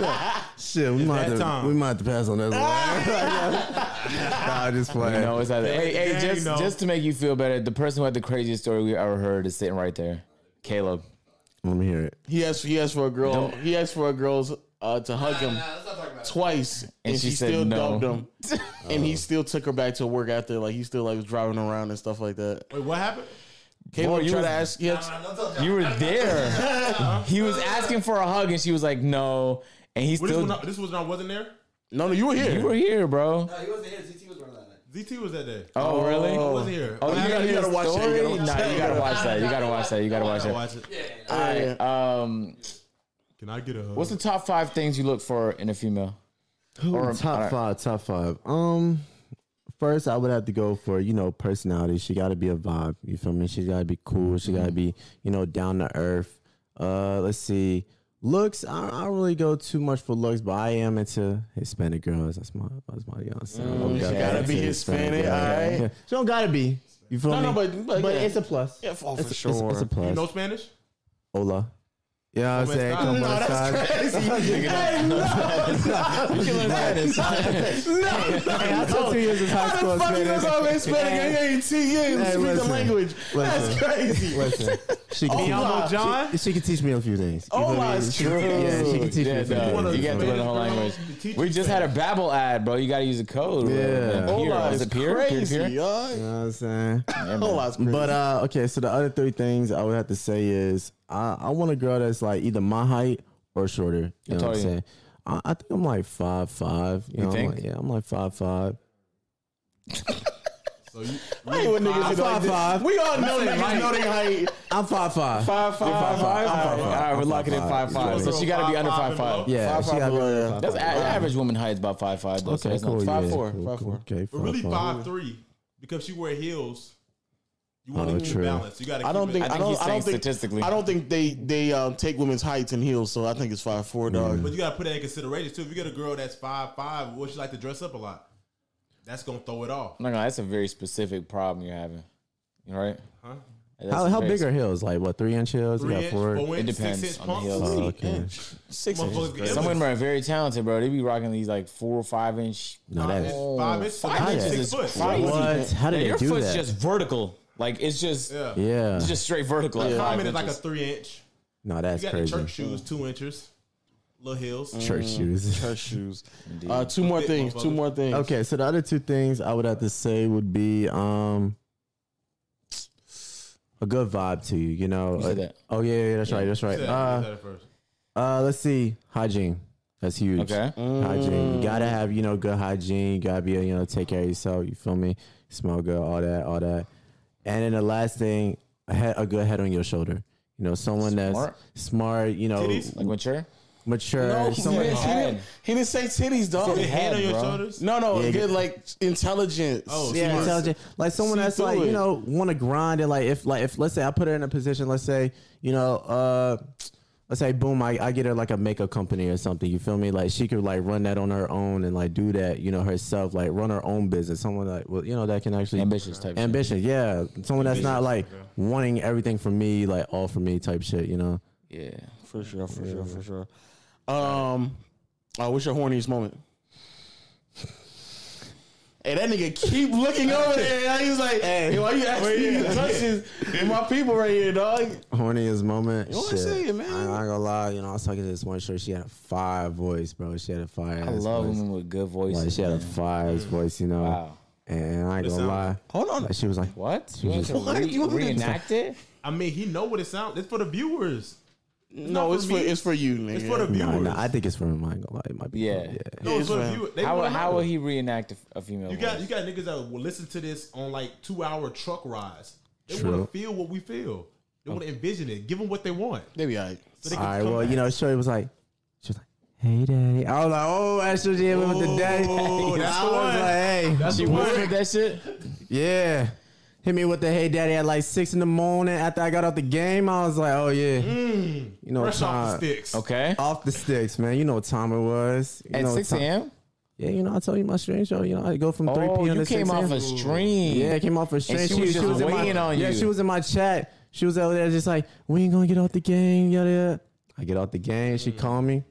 Shit, we might that have to, time. we might have to pass on that one. [laughs] [laughs] nah, just playing. You know, it's either, hey, hey, dang, just no. just to make you feel better, the person who had the craziest story we ever heard is sitting right there, Caleb. Let me hear it. He asked, he asked for a girl, he asked for a girl's uh, to hug him let's not talk about it. twice, and, she she, said still no. dumped him. and he still took her back to work after, like, he still like was driving around and stuff like that. Wait, what happened? Caleb you tried was- to ask, yeah, Nah, nah, don't talk about You it. were there. he was asking for a hug, and she was like, "No," and he Well, this, still. one, this was when I wasn't there. no, no, you were here. you were here, bro. No, he wasn't here. ZT was running that night. ZT was that day. Oh, really? I wasn't here. Oh, What you, happened? gotta, you gotta watch watch it. You story? gotta watch Nah, it. you gotta watch that. You gotta watch that. You gotta watch I that. watch it. Yeah. All Yeah. right. Um, Can I get a hug? what's the top five things you look for in a female? Or- top alright. five, top five. Um, first I would have to go for you know personality. She got to be a vibe. You feel me? She got to be cool. She got to be you know down to earth. Uh, let's see. Looks, I, I don't really go too much for looks, but I am into Hispanic girls. That's my that's my fiance. she gotta be Hispanic, alright. [laughs] She don't gotta be. You feel No, me? [laughs] no, but- but yeah. it's a plus. Yeah, for, for It's, it's- sure. it's a plus. You know Spanish? Hola. You Oh, know what I'm Come saying? inside. Come No, on, that's inside. crazy. hey, no, You can learn Spanish. no, Hey, I no. took two years of high How school the fuck you Spanish. know something in Spanish and you ain't see- you ain't Hey, speak the listen. language? That's Listen. crazy. Listen, she can, Oh, teach, wow. John? she, she can teach me a few things. You Oh, feel me? my She can- Yeah, she can teach me Yeah, a few no, things. you got to learn the whole language. We just had a Babbel ad, bro. You got to use a code. bro. Yeah. Peer. Hola Is is it peer? Peer, crazy, peer? You y'all. know what I'm saying? Yeah, man. Hola's crazy. But uh, okay, so the other three things I would have to say is I, I want a girl that's like either my height or shorter. You know tall what I'm are you? saying? I, I think I'm like five five. You, know, I'm think? like- yeah, I'm like five five. So you, I hate when niggas be like five, this. five. We all know niggas know they height. I'm five five. Five Five five. All All right. right, we're I'm locking in five five, five. five. So she got to be under five Five, five and five. below. Yeah, Five, she five, gotta be yeah. under five, That's a- five. average woman height is about five five. Though, so Okay, that's not- cool. five, yeah, four, cool, five, cool. four. Okay, But really five, five three because she wear heels. You want Oh, to keep true. it balanced. You got to. I don't think. I I, think don't. I he's saying don't think. statistically. I don't think they they um, take women's heights and heels. So I think it's five four, Mm. dog. But you got to put that in consideration too. If you get a girl that's five five, what she like to dress up a lot, that's gonna throw it off. I'm not gonna. That's a very specific problem you're having. You all right? Huh? That's How, a how very big are heels? Like what? Three inch heels? Three you inch, got four. four It inch, six depends inch on the pumps. heels. Oh, okay. Six. inch. Motherfuckers get Some ill. women are very talented, bro. They be rocking these like four or five inch. No, that is. Oh, Five inch, Five five inch, inches six is foot. crazy. What? How did And they your do foot's that? just vertical. Like it's just, Yeah. yeah. it's just straight vertical. at Five five minutes like a inches. three inch. no, You that's got crazy. the church shoes, two inches, little heels. Mm. Church shoes. Her shoes. Uh, two more Big things. Two motherfucker. more things. Okay, so the other two things I would have to say would be um a good vibe to you, you know. You said Uh, that. Oh yeah, yeah, that's right, that's right. Say that, Uh, say that first. uh, let's see, hygiene. That's huge. Okay. Mm. Hygiene. You gotta have you know good hygiene. You gotta be able, you know take care of yourself. You feel me? Smell good, all that, all that. And then the last thing, a, head, a good head on your shoulder. You know, someone Smart. that's smart. You know, Titties? Like mature. mature. No, he someone didn't, he, Head. didn't, he didn't say titties, dog. He said Hand on head, your bro. shoulders. No, no, Yeah, good get- like intelligence. Oh, yeah, smart. intelligent. Like someone See that's through like it. you know want to grind and like if like if let's say I put her in a position, let's say you know, uh let's say boom, I, I get her like a makeup company or something. You feel me? Like she could like run that on her own and like do that you know herself, like run her own business. Someone like well you know that can actually Ambitious type. shit. ambition, yeah. Someone that's not like wanting everything from me, like all for me type shit. You know, Yeah. For sure, for sure, for sure. Um, I wish your horniest moment. Hey, that nigga keep looking over there. and He's like, hey, why you asking me these questions? And my people right here, dog. horniest moment. wanna shit. see it, man? I, I ain't gonna lie. You know, I was talking to this one shirt. She had a fire voice, bro. She had a fire. I love women with good voices. Like she had a man. fire ass voice, you know. Wow. And I ain't gonna sound- lie. Hold on. Like, she was like, What? You want to What? re- You want me to- reenact it? I mean, he know what it sounds. It's for the viewers. No, not it's for for me. it's for you, nigga. It's for the nah, viewers. nah, I think it's for him. I ain't gonna lie. It might be. Yeah. no, it's for the It's viewers. They How would, wanna how know. would he reenact a, a female? You got voice? you got niggas that will listen to this on like two hour truck rides. They True. want to feel what we feel. They want to envision it. Give them what they want. [laughs] They be all right. So they All can right. come Well, back. you know, Shorty was like, she was like, hey, daddy. I was like, oh, Astro G with the daddy. [laughs] Oh, that's I the was one. like, hey, She whispered that shit. yeah. Hit me with the hey, daddy at like six in the morning after I got out the game. I was like, oh, yeah. Mm. you know, Mm. Fresh off the time. sticks. Okay. Off the sticks, man. You know what time it was. You At know, six time- a.m. Yeah, you know, I told you my stream show. You know, I go from 3 Oh, p.m. you to 6 came off a.m. a stream. Yeah, it came off her strength. she was just in my, waiting on Yeah, you. she was in my chat. She was out there just like, we ain't gonna get out the game, yada yada. I get out the game, Mm. she called me.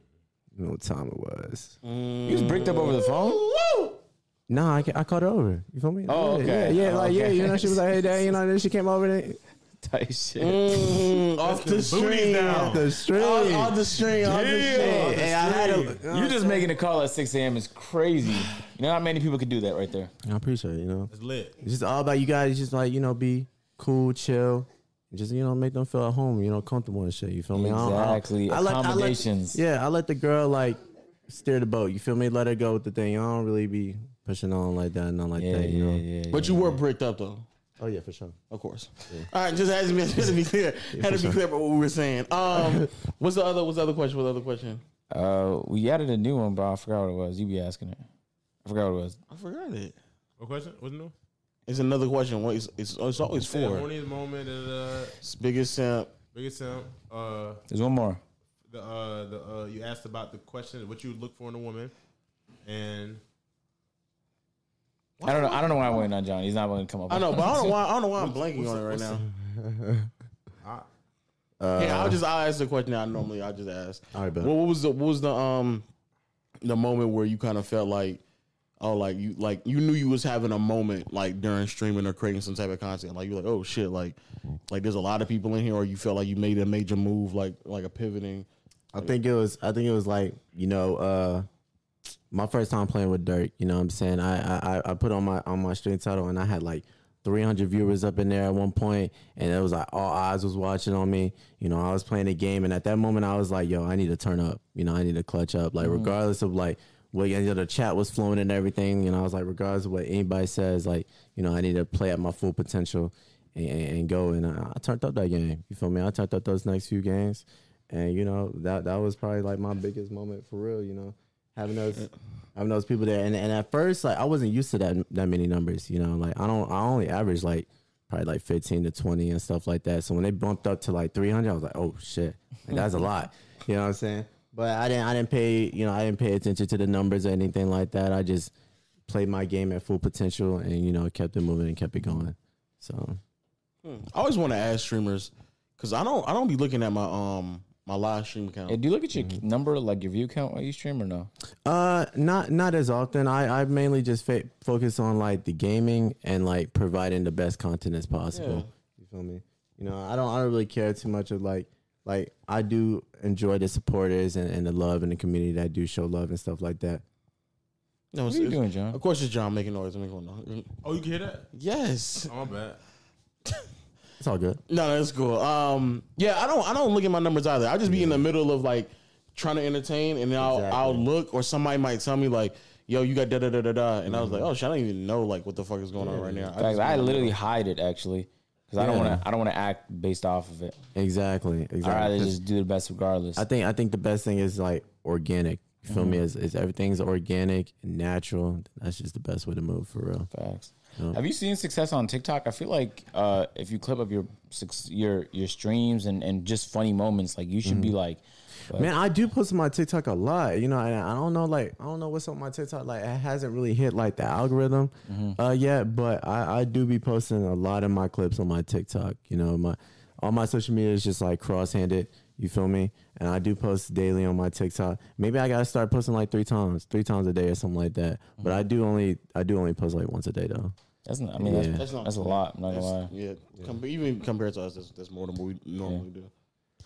You know what time it was. You was bricked up over the phone. [laughs] Nah, I, ca- I called her over. You feel me? Oh, yeah, okay. Yeah, yeah, like, yeah, Okay. you know, she was like, hey, dad, you know, then she came over there. Type shit. Mm, off the Booties string. Oh. down. The stream. Off off the string. Off the Yeah. string. off the Hey, I had string. a, You just making a call at 6 a.m. is crazy. You know how many people could do that right there? I appreciate it, you know. It's lit. It's just all about you guys, just like, you know, be cool, chill. Just you know, make them feel at home, you know, comfortable and shit. You feel me? I don't- I don't- Exactly. I let- I let- Accommodations. yeah, I let the girl like steer the boat. You feel me? Let her go with the thing. I don't really be pushing on like that, nothing like that. You know? But you were bricked up though. Oh yeah, for sure. Of course. All right, just had to be, [laughs] had to be clear. had to be clear about what we were saying. [laughs] Um, what's the other? What's the other question? What's the other question? Uh, we added a new one, but I forgot what it was. You be asking it. I forgot what it was. I forgot it. What question? What's new? It's another question. What is? It's, it's always Yeah, four. horniest moment. Uh, It's biggest simp. biggest sound. Uh, There's one more. the uh, the uh, you asked about the question what you look for in a woman, and I don't know. I don't know why I went on John. He's not going to come up. I know, with but I one. don't know why. I don't know why I'm blanking on it right now. I Uh, Yeah, I'll just I'll ask the [laughs] question I normally I just ask. All right, bet. What, what was the what was the um the moment where you kind of felt like oh like you like you knew you was having a moment like during streaming or creating some type of content like you're like oh shit like like there's a lot of people in here or you felt like you made a major move like like a pivoting I think it was. I think it was like you know, uh, my first time playing with Dirk. You know, what I'm saying I I- I I put on my on my stream title and I had like 300 viewers up in there at one point, and it was like all eyes was watching on me. You know, I was playing a game, and at that moment I was like, yo, I need to turn up. You know, I need to clutch up. Like regardless of like. Well, you know, the chat was flowing and everything, you know. I was like, regardless of what anybody says, like, you know, I need to play at my full potential and, and, and go. And I, I turned up that game. You feel me? I turned up those next few games, and you know that that was probably like my biggest moment for real. You know, having those having those people there, and and at first like I wasn't used to that that many numbers. You know, like I don't I only average like probably like fifteen to twenty and stuff like that. So when they bumped up to like three hundred, I was like, oh shit, like, that's a lot. [laughs] You know what I'm saying? But I didn't I didn't pay you know I didn't pay attention to the numbers or anything like that. I just played my game at full potential and you know kept it moving and kept it going. So Hmm. I always want to ask streamers because I don't I don't be looking at my um my live stream account Hey, do you look at your Mm-hmm. number, like your view count while you stream or no? Uh, not not as often. I I mainly just fa- focus on like the gaming and like providing the best content as possible. You feel me? You know, I don't I don't really care too much of like like I do enjoy the supporters and, and the love in the community that do show love and stuff like that. no What it's, are you it's- doing, John? of course it's John making noise I'm not gonna know. Oh, you can [laughs] hear that? yes Oh, my bad. Oh. [laughs] It's all good. No, no, that's cool. Um, yeah, I don't, I don't look at my numbers either. I just be in the middle of like trying to entertain, and I'll, Exactly. I'll look, or somebody might tell me like, "Yo, you got da da da da da," and I was like, Mm-hmm. "Oh shit, I don't even know like what the fuck is going on right now." I Like, just- I literally hide it actually because I don't Yeah. want to. I don't want to act based off of it. Exactly. I'd rather Exactly. just do the best regardless. I think I think the best thing is like organic. You feel me? Is is everything's organic and natural. That's just the best way to move for real. Facts. Have you seen success on TikTok? I feel like uh, if you clip up your suc- your your streams and, and just funny moments, like you should be like, but- Man, I do post on my TikTok a lot, you know, and I don't know, like, I don't know what's on my TikTok. Like, it hasn't really hit like the algorithm uh, yet, but I, I do be posting a lot of my clips on my TikTok. You know, my all my social media is just like cross-handed. You feel me? And I do post daily on my TikTok. Maybe I gotta start posting like three times, three times a day or something like that. But I do only, I do only post like once a day though. that's not. I mean, Yeah. that's, That's that's, not- a lot. I'm not gonna lie. yeah, com- even compared to us, that's, that's more than what we normally do.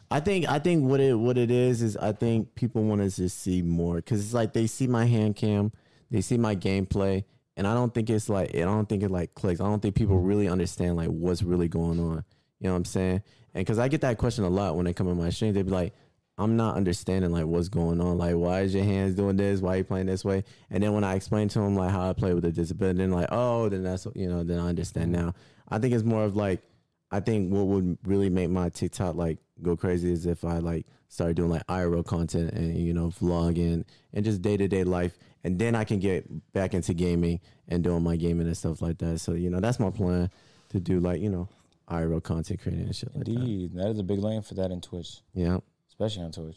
I think I think what it what it is is I think people want to just see more because it's like they see my hand cam, they see my gameplay, and I don't think it's like I don't think it like clicks. I don't think people really understand like what's really going on. You know what I'm saying? And because I get that question a lot when they come in my stream, they be like, "I'm not understanding like what's going on. Like, why is your hands doing this? Why you playing this way?" And then when I explain to them like how I play with a disability, then like, "Oh, then that's you know, then I understand now." I think it's more of like I think what would really make my TikTok like go crazy is if I like started doing like IRL content and you know vlogging and just day to day life, and then I can get back into gaming and doing my gaming and stuff like that. So you know that's my plan to do like you know IRL content creating and shit like that. Indeed, that is a big lane for that in Twitch, Yeah, especially on Twitch.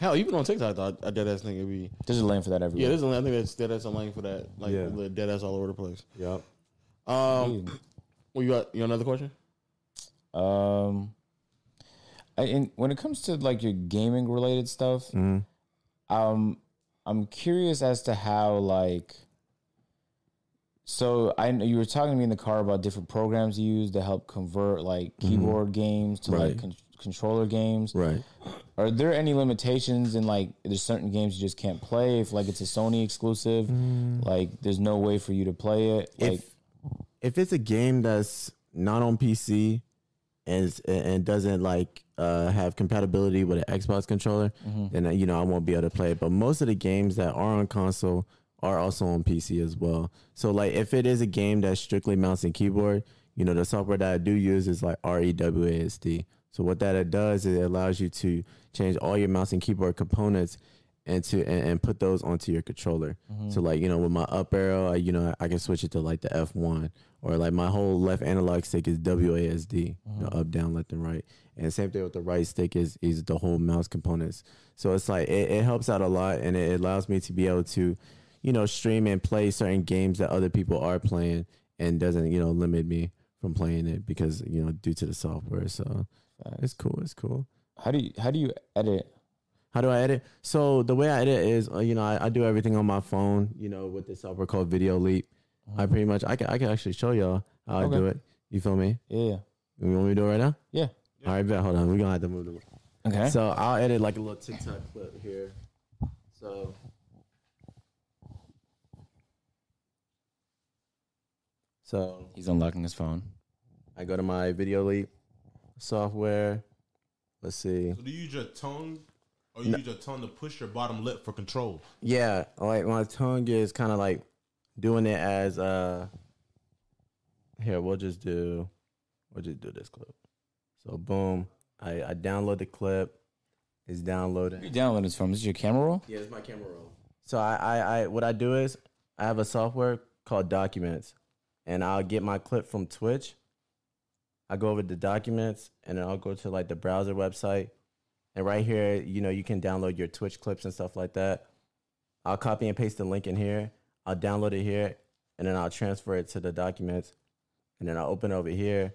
Hell, even on TikTok, I, I dead ass think it'd be. There's a lane for that everywhere. Yeah, there's a, I think that's dead ass a lane for that. Like Yeah. the dead ass all over the place. yep. Um, well, you got you got another question? Um, I, and when it comes to like your gaming related stuff, Mm-hmm. um, I'm curious as to how like. So I know you were talking to me in the car about different programs you use to help convert like keyboard games to Mm-hmm. Right. like con- controller games. Right. Are there any limitations in like there's certain games you just can't play if like it's a Sony exclusive, like there's no way for you to play it. Like Mm. if if it's a game that's not on PC and it's- and doesn't like uh, have compatibility with an Xbox controller, mm-hmm. then uh, you know I won't be able to play it. But most of the games that are on console are also on PC as well. So like if it is a game that's strictly mouse and keyboard, you know the software that I do use is like E REWASD. So what that it does is it allows you to change all your mouse and keyboard components and to and, and put those onto your controller. So like you know with my up arrow, I, you know I can switch it to like the F one or like my whole left analog stick is WASD, Mm-hmm. you Mm. know, up down left and right. And same thing with the right stick is is the whole mouse components. So it's like it, it helps out a lot and it allows me to be able to you know stream and play certain games that other people are playing and doesn't you know limit me from playing it because you know due to the software. So It's cool. It's cool. How do you how do you edit? How do I edit? So the way I edit is, uh, you know, I, I do everything on my phone. You know, with this software called Video Leap. I pretty much, I can, I can actually show y'all how Mm. Okay. I do it. You feel me? Yeah. You want me to do it right now? Yeah. All right, bet. Hold on. We're gonna have to move the. Okay. So I'll edit like a little TikTok clip here. So. So He's unlocking his phone. I go to my Video Leap software. Let's see. So do you use your tongue, or you use your tongue to push your bottom lip for control? Yeah, like my tongue is kind of like doing it as uh. Here we'll just do, we'll just do this clip. So boom, I I download the clip. It's downloading. You download his phone. This is your camera roll? Yeah, it's my camera roll. So I, I, I, what I do is I have a software called Documents, and I'll get my clip from Twitch. I go over to Documents, and then I'll go to like the browser website, and right here, you know, you can download your Twitch clips and stuff like that. I'll copy and paste the link in here. I'll download it here, and then I'll transfer it to the Documents, and then I'll open over here.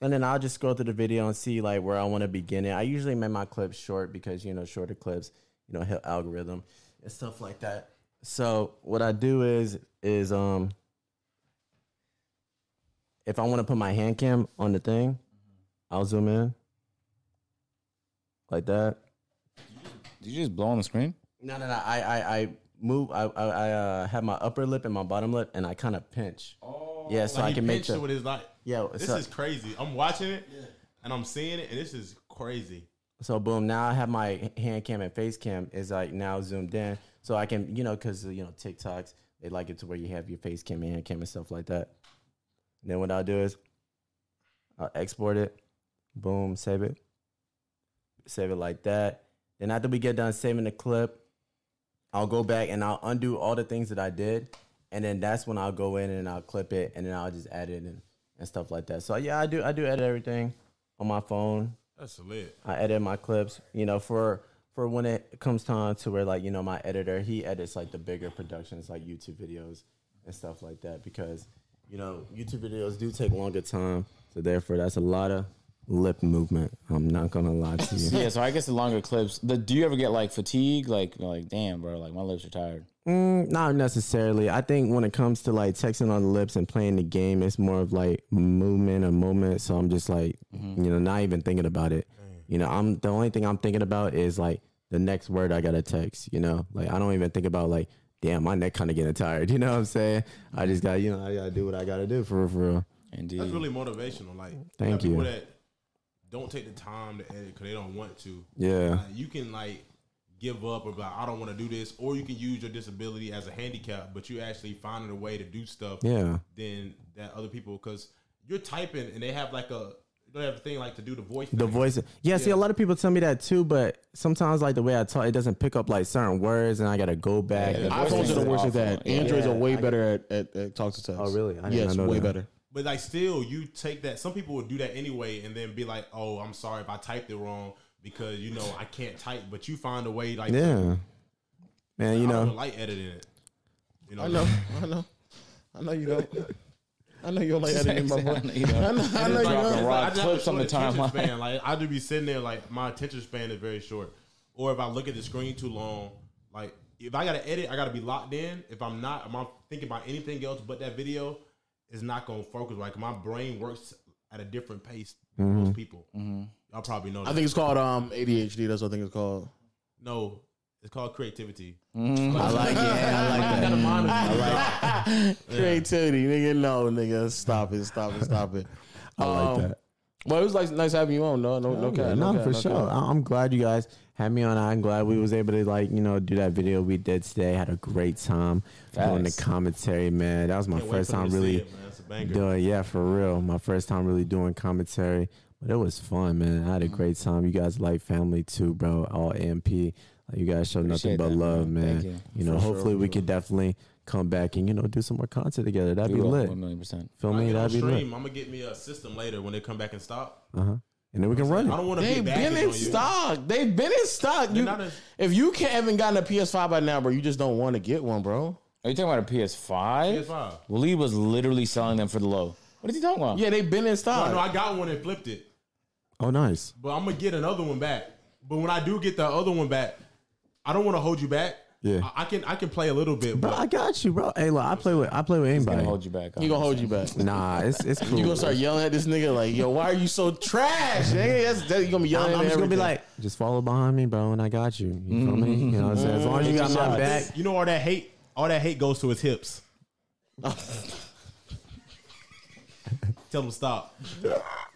And then I'll just scroll through the video and see like where I want to begin it. I usually make my clips short because you know shorter clips you know, help algorithm and stuff like that. So what I do is is um if I want to put my hand cam on the thing, I'll zoom in like that. Did you just blow on the screen? No, no, no. I I, I move. I I, I uh, have my upper lip and my bottom lip, and I kind of pinch. Oh, yeah, so Like, I he can make pinched it sure. with his like. Yeah, This so, is crazy. I'm watching it, and I'm seeing it, and this is crazy. So boom, now I have my hand cam and face cam is like now zoomed in, so I can you know because you know TikToks they like it to where you have your face cam and hand cam and stuff like that. And then what I'll do is I'll export it, boom, save it, save it like that. Then after we get done saving the clip, I'll go back and I'll undo all the things that I did, and then that's when I'll go in and I'll clip it and then I'll just add it and, and stuff like that. So yeah, I do I do edit everything on my phone. That's lit. I edit my clips, you know, for for when it comes time to where like, you know, my editor, he edits like the bigger productions like YouTube videos and stuff like that because, you know, YouTube videos do take longer time. So therefore that's a lot of lip movement. I'm not gonna lie to you. [laughs] Yeah, so I guess the longer clips. The, do you ever get like fatigue? Like you're like, damn, bro, like my lips are tired. Mm, not necessarily. I think when it comes to like texting on the lips and playing the game, it's more of like movement or moment. So I'm just like, you know, not even thinking about it. You know, I'm the only thing I'm thinking about is like the next word I gotta text. You know, like I don't even think about like, damn, my neck kind of getting tired. [laughs] You know what I'm saying? I just got, you know, I gotta do what I gotta do for real, for real. Indeed. That's really motivational. Like, you Thank got People you. that don't take the time to edit because they don't want to. Yeah, Like, you can like give up or be like, I don't want to do this, or you can use your disability as a handicap, but you actually finding a way to do stuff. yeah, Than that other people because you're typing and they have like a they have a thing like to do the voice. the thing. voice. Yeah, see, Yeah. a lot of people tell me that too, but sometimes like the way I talk, it doesn't pick up like certain words, and I gotta go back. Yeah, the voice iPhones are the things are worst at awful. that. Yeah. Androids Yeah, are way I- better at, at, at talk to text. Oh, really? I did yes, not know way that. better. But like still, you take that. Some people would do that anyway, and then be like, "Oh, I'm sorry if I typed it wrong because you know I can't type." But you find a way, like Yeah. Man, you I know, don't like editing it. You know, I know, I know, I know you don't. I know you don't like editing [laughs] my voice. You [laughs] know, I know, I know you dropping don't. rock I just have a clips on the short attention timeline. Span. Like I do be sitting there, like my attention span is very short. Or if I look at the screen too long, like if I gotta edit, I gotta be locked in. If I'm not, if I'm thinking about anything else but that video, it's not gonna focus. Like my brain works at a different pace than Mm-hmm. most people. Mm-hmm. Y'all probably know. That. I think it's called um ADHD. That's what I think it's [laughs] called. no, it's called creativity. Mm-hmm. I like it. I like that. gotta monitor. Creativity, nigga. No, nigga. Stop it. Stop it. Stop it. [laughs] I like Um, that. Well, it was like nice having you on. No, no, no, Okay, cap, no, cap, for cap. sure. I- I'm glad you guys had me on. I'm glad we was able to like you know do that video we did today. Had a great time doing the Facts. commentary, man. That was my Can't wait first for them time to see really it, man. That's a banger. doing. Yeah, for real, my first time really doing commentary. But it was fun, man. I had Mm-hmm. a great time. You guys like family too, bro. All AMP. Like you guys show nothing Appreciate but that, love, man. man. Thank You. you. know, For sure, hopefully for we sure. could definitely come back and you know do some more content together. That'd We be will, lit. One million percent. Feel I me? get on That'd be lit. stream. I'm gonna get me a system later when they come back and stop. Uh huh. And then we can I run it. don't want to be They've back been on in you. stock. They've been in stock. You, not as- if you can't haven't gotten a PS5 by now, bro, you just don't want to get one, bro. Are you talking about a PS5? PS5. Waleed was literally selling them for the low. What is he talking about? Yeah, they've been in stock. No, I got one and flipped it. Oh, nice. but I'm gonna get another one back. But when I do get the other one back, I don't want to hold you back. Yeah. I, I can I can play a little bit, Bro, but I got you, bro. Hey, look, I play with I play with Gonna anybody. hold you back. He gonna hold you back. Nah, it's [laughs] it's cool. You gonna start yelling at this nigga like, yo, why are you so trash? Nigga, that's, that, you gonna be yelling. I'm, at I'm just gonna be everything. like, just follow behind me, bro, and I got you. You feel me? You know what I'm saying? As long as you got my back, you know all that hate, all that hate goes to [laughs] his hips. Tell him stop.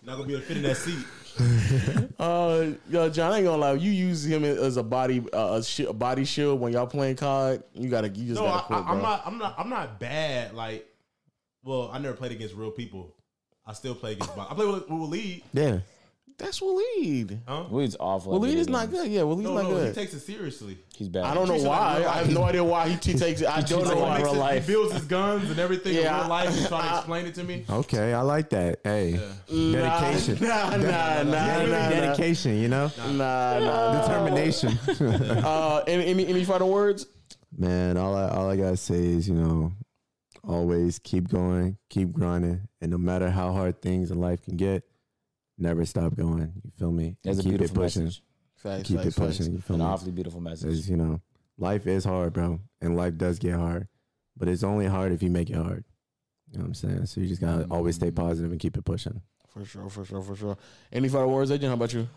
Not gonna be able to fit in that seat. Uh, yo, John, I ain't gonna lie. You use him as a body, uh, a, shi a body shield when y'all playing COD. You gotta, you just No, I, gotta quit, I, bro. I'm not. I'm not. I'm not bad. Like, well, I never played against real people. I still play against. I play with, with Waleed. yeah. That's Waleed. Huh? Waleed's awful. at Waleed is video not games. good. Yeah, Waleed's No, not no, he good. takes it seriously. He's bad. I don't know treats it like why. real I have no idea why he t- takes it. I don't treats it Oh, know like why. real Makes it- life. He builds his guns and everything Yeah, in real life. He's trying I- [laughs] to explain it to me. Okay, I like that. Hey, Nah, dedication. Nah, nah, nah, Dedication, nah, nah. dedication, you know? Nah, nah. Determination. [laughs] Uh, any, any, any final words? Man, all I all I gotta say is, you know, always keep going, keep grinding, and no matter how hard things in life can get, never stop going. You feel me? That's a keep beautiful pushing. message. Facts, Keep facts, it facts. pushing. You feel An me? awfully beautiful message. It's, you know, life is hard, bro, and life does get hard, but it's only hard if you make it hard. You know what I'm saying? So you just gotta Mm. always stay positive and keep it pushing. For sure, for sure, for sure. Any final words, Agent? How about you?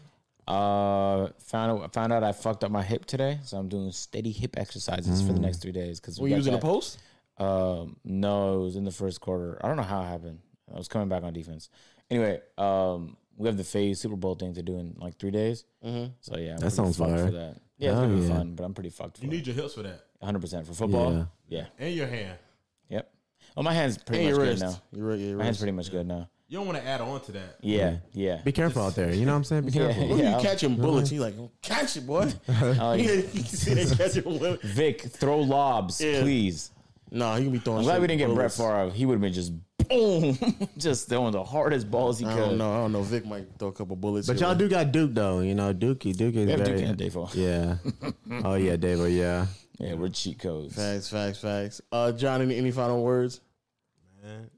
Uh, found out, found out I fucked up my hip today, so I'm doing steady hip exercises Mm. for the next three days. Because Were you using a post? Um, no, it was in the first quarter. I don't know how it happened. I was coming back on defense. Anyway, um, we have the phase Super Bowl thing to do in like three days. Mm-hmm. So yeah, I'm pretty sounds fucked fire. For that. Yeah, it's Hell gonna be yeah. fun, but I'm pretty fucked for You need your hips for that 100 percent for football. Yeah. Yeah. and your hand. Yep. Well, my hands pretty And much your good wrist. now. Your, wri- your My hands wrist. pretty much good now. You don't want to add on to that. Yeah, yeah. Be careful out there. You know what I'm saying? Be Yeah, careful. You yeah. catching bullets. He like, catch it, boy. I like [laughs] it. You see that catching bullets. Vic, throw lobs, Yeah. please. No, he gonna be throwing. I'm glad shit we didn't get Brett bullets. Favre. He would have been just boom, [laughs] just throwing the hardest balls he I could. don't know. I don't know. Vic might throw a couple bullets. But here, y'all man. do got Duke though, you know Dookie. Duke is We have very, Duke and Davo. [laughs] yeah. oh yeah, Davo. Yeah, Yeah, we're cheat codes. Facts, facts, facts. Uh, John, any, any final words? Man.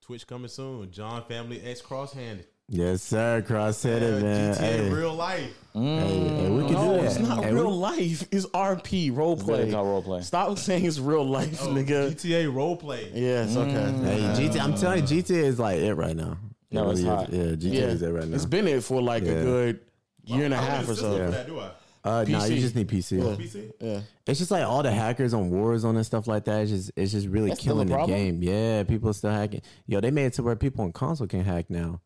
Twitch coming soon. John Family X cross handed. yes sir. Cross headed man. GTA Hey, real life. hey, hey, we can do that. Mm. it's not Hey, we- real life. It's RP role It's really play. called role play. Stop saying it's real life, Oh, nigga. GTA role play. Yes, okay. Hey, GTA, I'm telling you, GTA is like it right now. It No, it's really hot. Is. Yeah, GTA yeah, is it right now. it's been it for like a Yeah. good year and a I don't half need or a system so. for Yeah. that, do I? uh, nah, PC. you just need PC. PC? yeah, It's just like all the hackers on Warzone and stuff like that. It's just, it's just really That's still a killing the problem? game. Yeah, people still hacking. Yo, they made it to where people on console can hack now.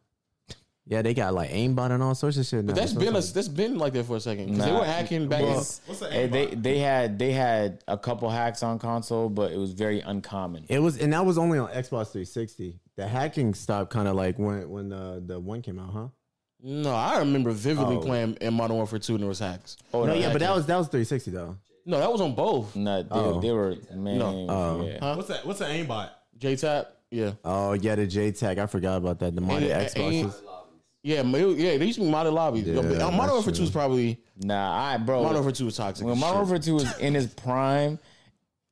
Yeah, they got like aimbot and all sorts of shit. Now. but that's So been a, it's that's been like that for a second because they Nah. were hacking back. in- Well, What's the Hey, aimbot? they they had they had a couple hacks on console, but it was very uncommon. like- it was, and that was only on Xbox 360. The hacking stopped kind of like when when the the one came out, huh? no, I remember vividly Oh. playing in Modern Warfare Two and there was hacks. Oh no, yeah, but that hacking. was that was 360 though. No, that was on both. no, they, Oh. they were man. No. Oh. yeah. Huh? What's that? What's an aimbot? J Tap, yeah. Oh yeah, the JTAG. I forgot about that. The And- modded and- Xboxes. Yeah, ma- yeah, they used to be modded lobbies. Yeah, Yeah, Modern that's Warfare Two true. is probably Nah, I bro. Modern Warfare Two is toxic. when as Oh, Modern shit. Warfare Two was in its prime,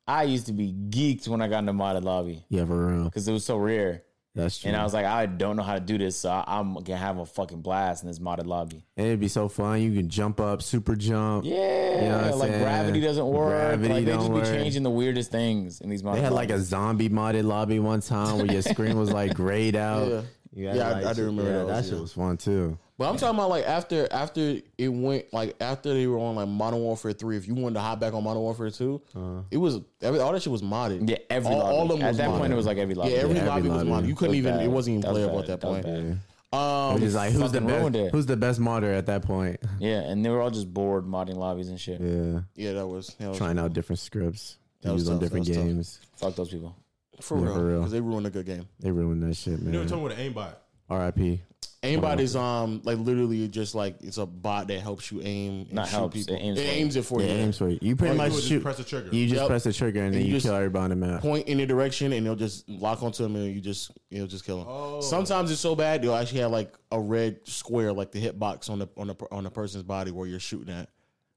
I used to be geeked when I got in the modded lobby Yeah, for real. because it was so rare, That's true. and I was like, I don't know how to do this, so I, I'm gonna have a fucking blast in this modded lobby. And it'd be so fun. You can jump up, super jump. Yeah, You know what I'm like saying? gravity doesn't work. Gravity like they just don't be work. changing the weirdest things in these modded. They had lobbies. like a zombie modded lobby one time where your screen was like grayed out. [laughs] Yeah. You had, Yeah, I- I do remember yeah, those, that yeah. shit was fun too. But I'm talking about like after after it went like after they were on like Modern Warfare three. If you wanted to hop back on Modern Warfare 2 Uh-huh. it was every, all that shit was modded. Yeah, every all, lobby. all of them At was that modded. point, it was like every lobby. yeah, every every lobby was lobby. modded. You couldn't was even bad. it wasn't That even was playable bad. at that That was point. bad. It Um, was just like who's the fucking ruined best? it. Who's the best modder at [laughs] that point? Yeah, and they were all just bored modding lobbies and shit. Yeah, yeah, that was, that was trying out different scripts to That was use on tough, that different was tough. games. Fuck those people. for Yeah, real for real. because they ruined a good game. They ruined that shit, You never man. told me what an aimbot. R.I.P. Anybody's um like literally just like it's a bot that helps you aim. And Not shoot helps, people. it aims for you. it for Yeah, you. aim for you. You pretty All you much do is just shoot. press the trigger. You just Yep. press the trigger and then you you, just kill everybody on the map. point in the direction and they'll just lock onto him and you just you'll just kill him. Sometimes it's so bad you'll actually have like a red square like the hitbox on the on the on the person's body where you're shooting at.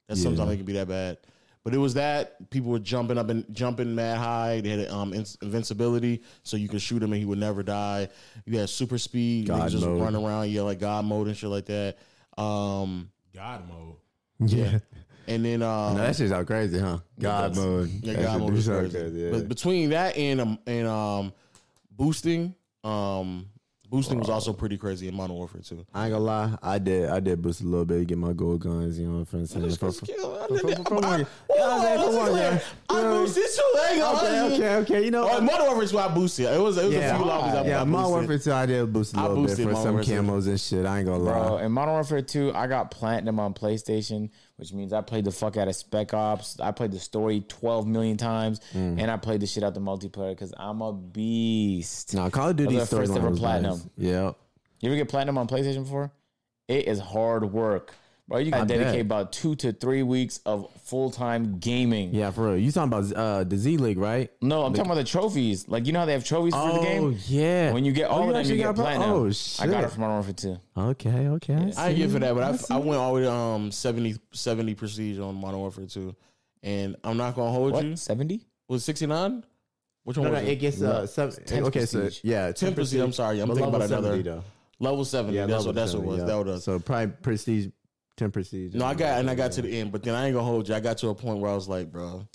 That's sometimes it can be that bad. But it was that people were jumping up and jumping mad high. They had um, in- invincibility, so you could shoot him and he would never die. You had super speed, God niggas just mode. run around, yeah, like God mode and shit like that. Um, God mode. Yeah. and then um, No, Oh, that shit's out crazy, huh? God mode. Yeah, That God shit mode do was sound crazy. crazy, yeah. But between that and um, and um, boosting, um, boosting was also pretty crazy in Modern Warfare too. I ain't gonna lie, I did I did boost a little bit, get my gold guns, you know what I'm saying? For- for- Okay, okay, okay. You know, Oh, Modern Warfare is why I boosted. It was it was a yeah, few lobbies I, yeah. I Modern boosted. Warfare 2, I did boost a I little bit boosted for Modern some Warfare 2. camos and shit. I ain't gonna Bro, lie. in Modern Warfare 2, I got platinum on PlayStation, which means I played the fuck out of Spec Ops. I played the story 12 million times, Mm. and I played the shit out the multiplayer because I'm a beast. Nah, Call of Duty the first ever storyline was platinum. nice. Yeah, You ever get platinum on PlayStation before? It is hard work. Bro, you I can bet. dedicate about two to three weeks of full time gaming. yeah, for real. You talking about uh, the Z League, right? No, I'm talking about the trophies. Like, you know how they have trophies for the Oh game? yeah. When you get all Oh, of them, you actually get got pla- platinum. Oh I shit. got it from Modern Warfare 2. Okay, okay. I didn't get for that, but I, I went all the way to um 70, 70 prestige on Modern Warfare two, and I'm not gonna hold you. What? 70? Was sixty nine? Which one No, no, was it it? gets uh, seven, Ten okay, so prestige. yeah, Ten prestige. I'm sorry, I'm but thinking level about 70 another though. level seventy. Yeah, that's level what that's what it 70, was. yeah. That was So probably prestige, ten prestige. No, I got and I got to the end, but then I ain't gonna hold you. I got to a point where I was like, bro,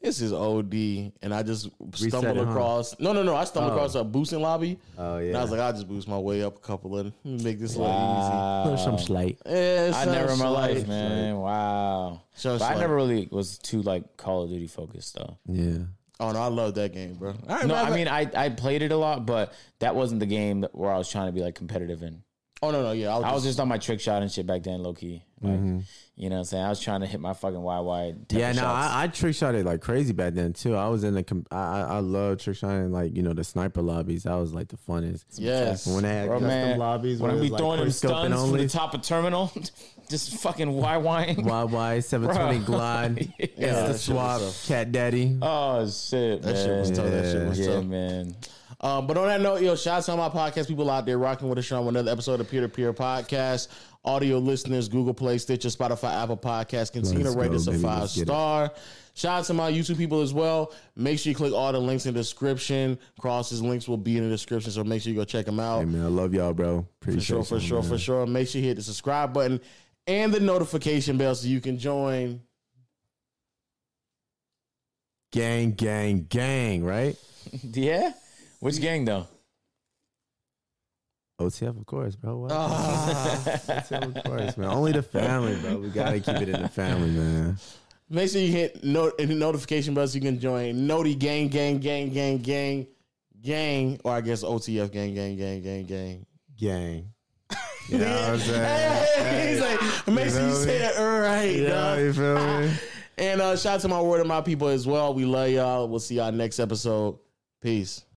this is OD, and I just stumbled it, huh? across. No, no, no, I stumbled Oh. across a boosting lobby, Oh and I yeah. was like, I'll just boost my way up a couple of, let me make this a little Wow. slight. easy. Eh, I so never in my slight. life, man. Wow. So But I slight. never really was too like Call of Duty focused though. Yeah. Oh no, I love that game, bro. I No, remember- I mean I, I played it a lot, but that wasn't the game that, where I was trying to be like competitive in. oh no, no, yeah, I was, I was just, just on my trick shot and shit back then, low key. Like, you know what I'm saying? I was trying to hit my fucking YY. type Mm-hmm. Yeah, of no, shots. I, I trick shot it like crazy back then too. I was in the com- I I I love trick shotting like you know the sniper lobbies. That was like the funnest. yes. When they had Bro, custom man, lobbies, when where I it be was, throwing them quick scoping stuns from the top of terminal, [laughs] just fucking YYing. YY seven [laughs] twenty glide, yeah, that the shit swap, was cat daddy. Oh shit, man. That shit was tough. That shit was yeah, tough. man. [laughs] Um, but on that note, yo, shout out to all my podcast people out there rocking with us on another episode of Peer to Peer Podcast. Audio listeners, Google Play, Stitcher, Spotify, Apple Podcasts. Continue to Let's rate go, us a baby. five Let's get it. star. Shout out to my YouTube people as well. Make sure you click all the links in the description. Cross's links will be in the description, so make sure you go check them out. Hey man, I love y'all, bro. Appreciate Oh. For sure, for sure, y'all, man. for sure. Make sure you hit the subscribe button and the notification bell so you can join. Gang, gang, gang, right? Yeah? Which gang though? OTF, of course, bro. What? OTF, of course, man. Only the family, bro. We gotta keep it in the family, man. Make sure you hit no, the notification bell so you can join Noti Gang, Gang, Gang, Gang, Gang, Gang, or I guess OTF Gang, Gang, Gang, Gang, Gang. [laughs] Gang. You know what I'm saying? Hey, he's like, make sure you know say me? it right. Yeah, dog. you feel me? And uh, shout out to my word and my people as well. We love y'all. We'll see y'all next episode. Peace.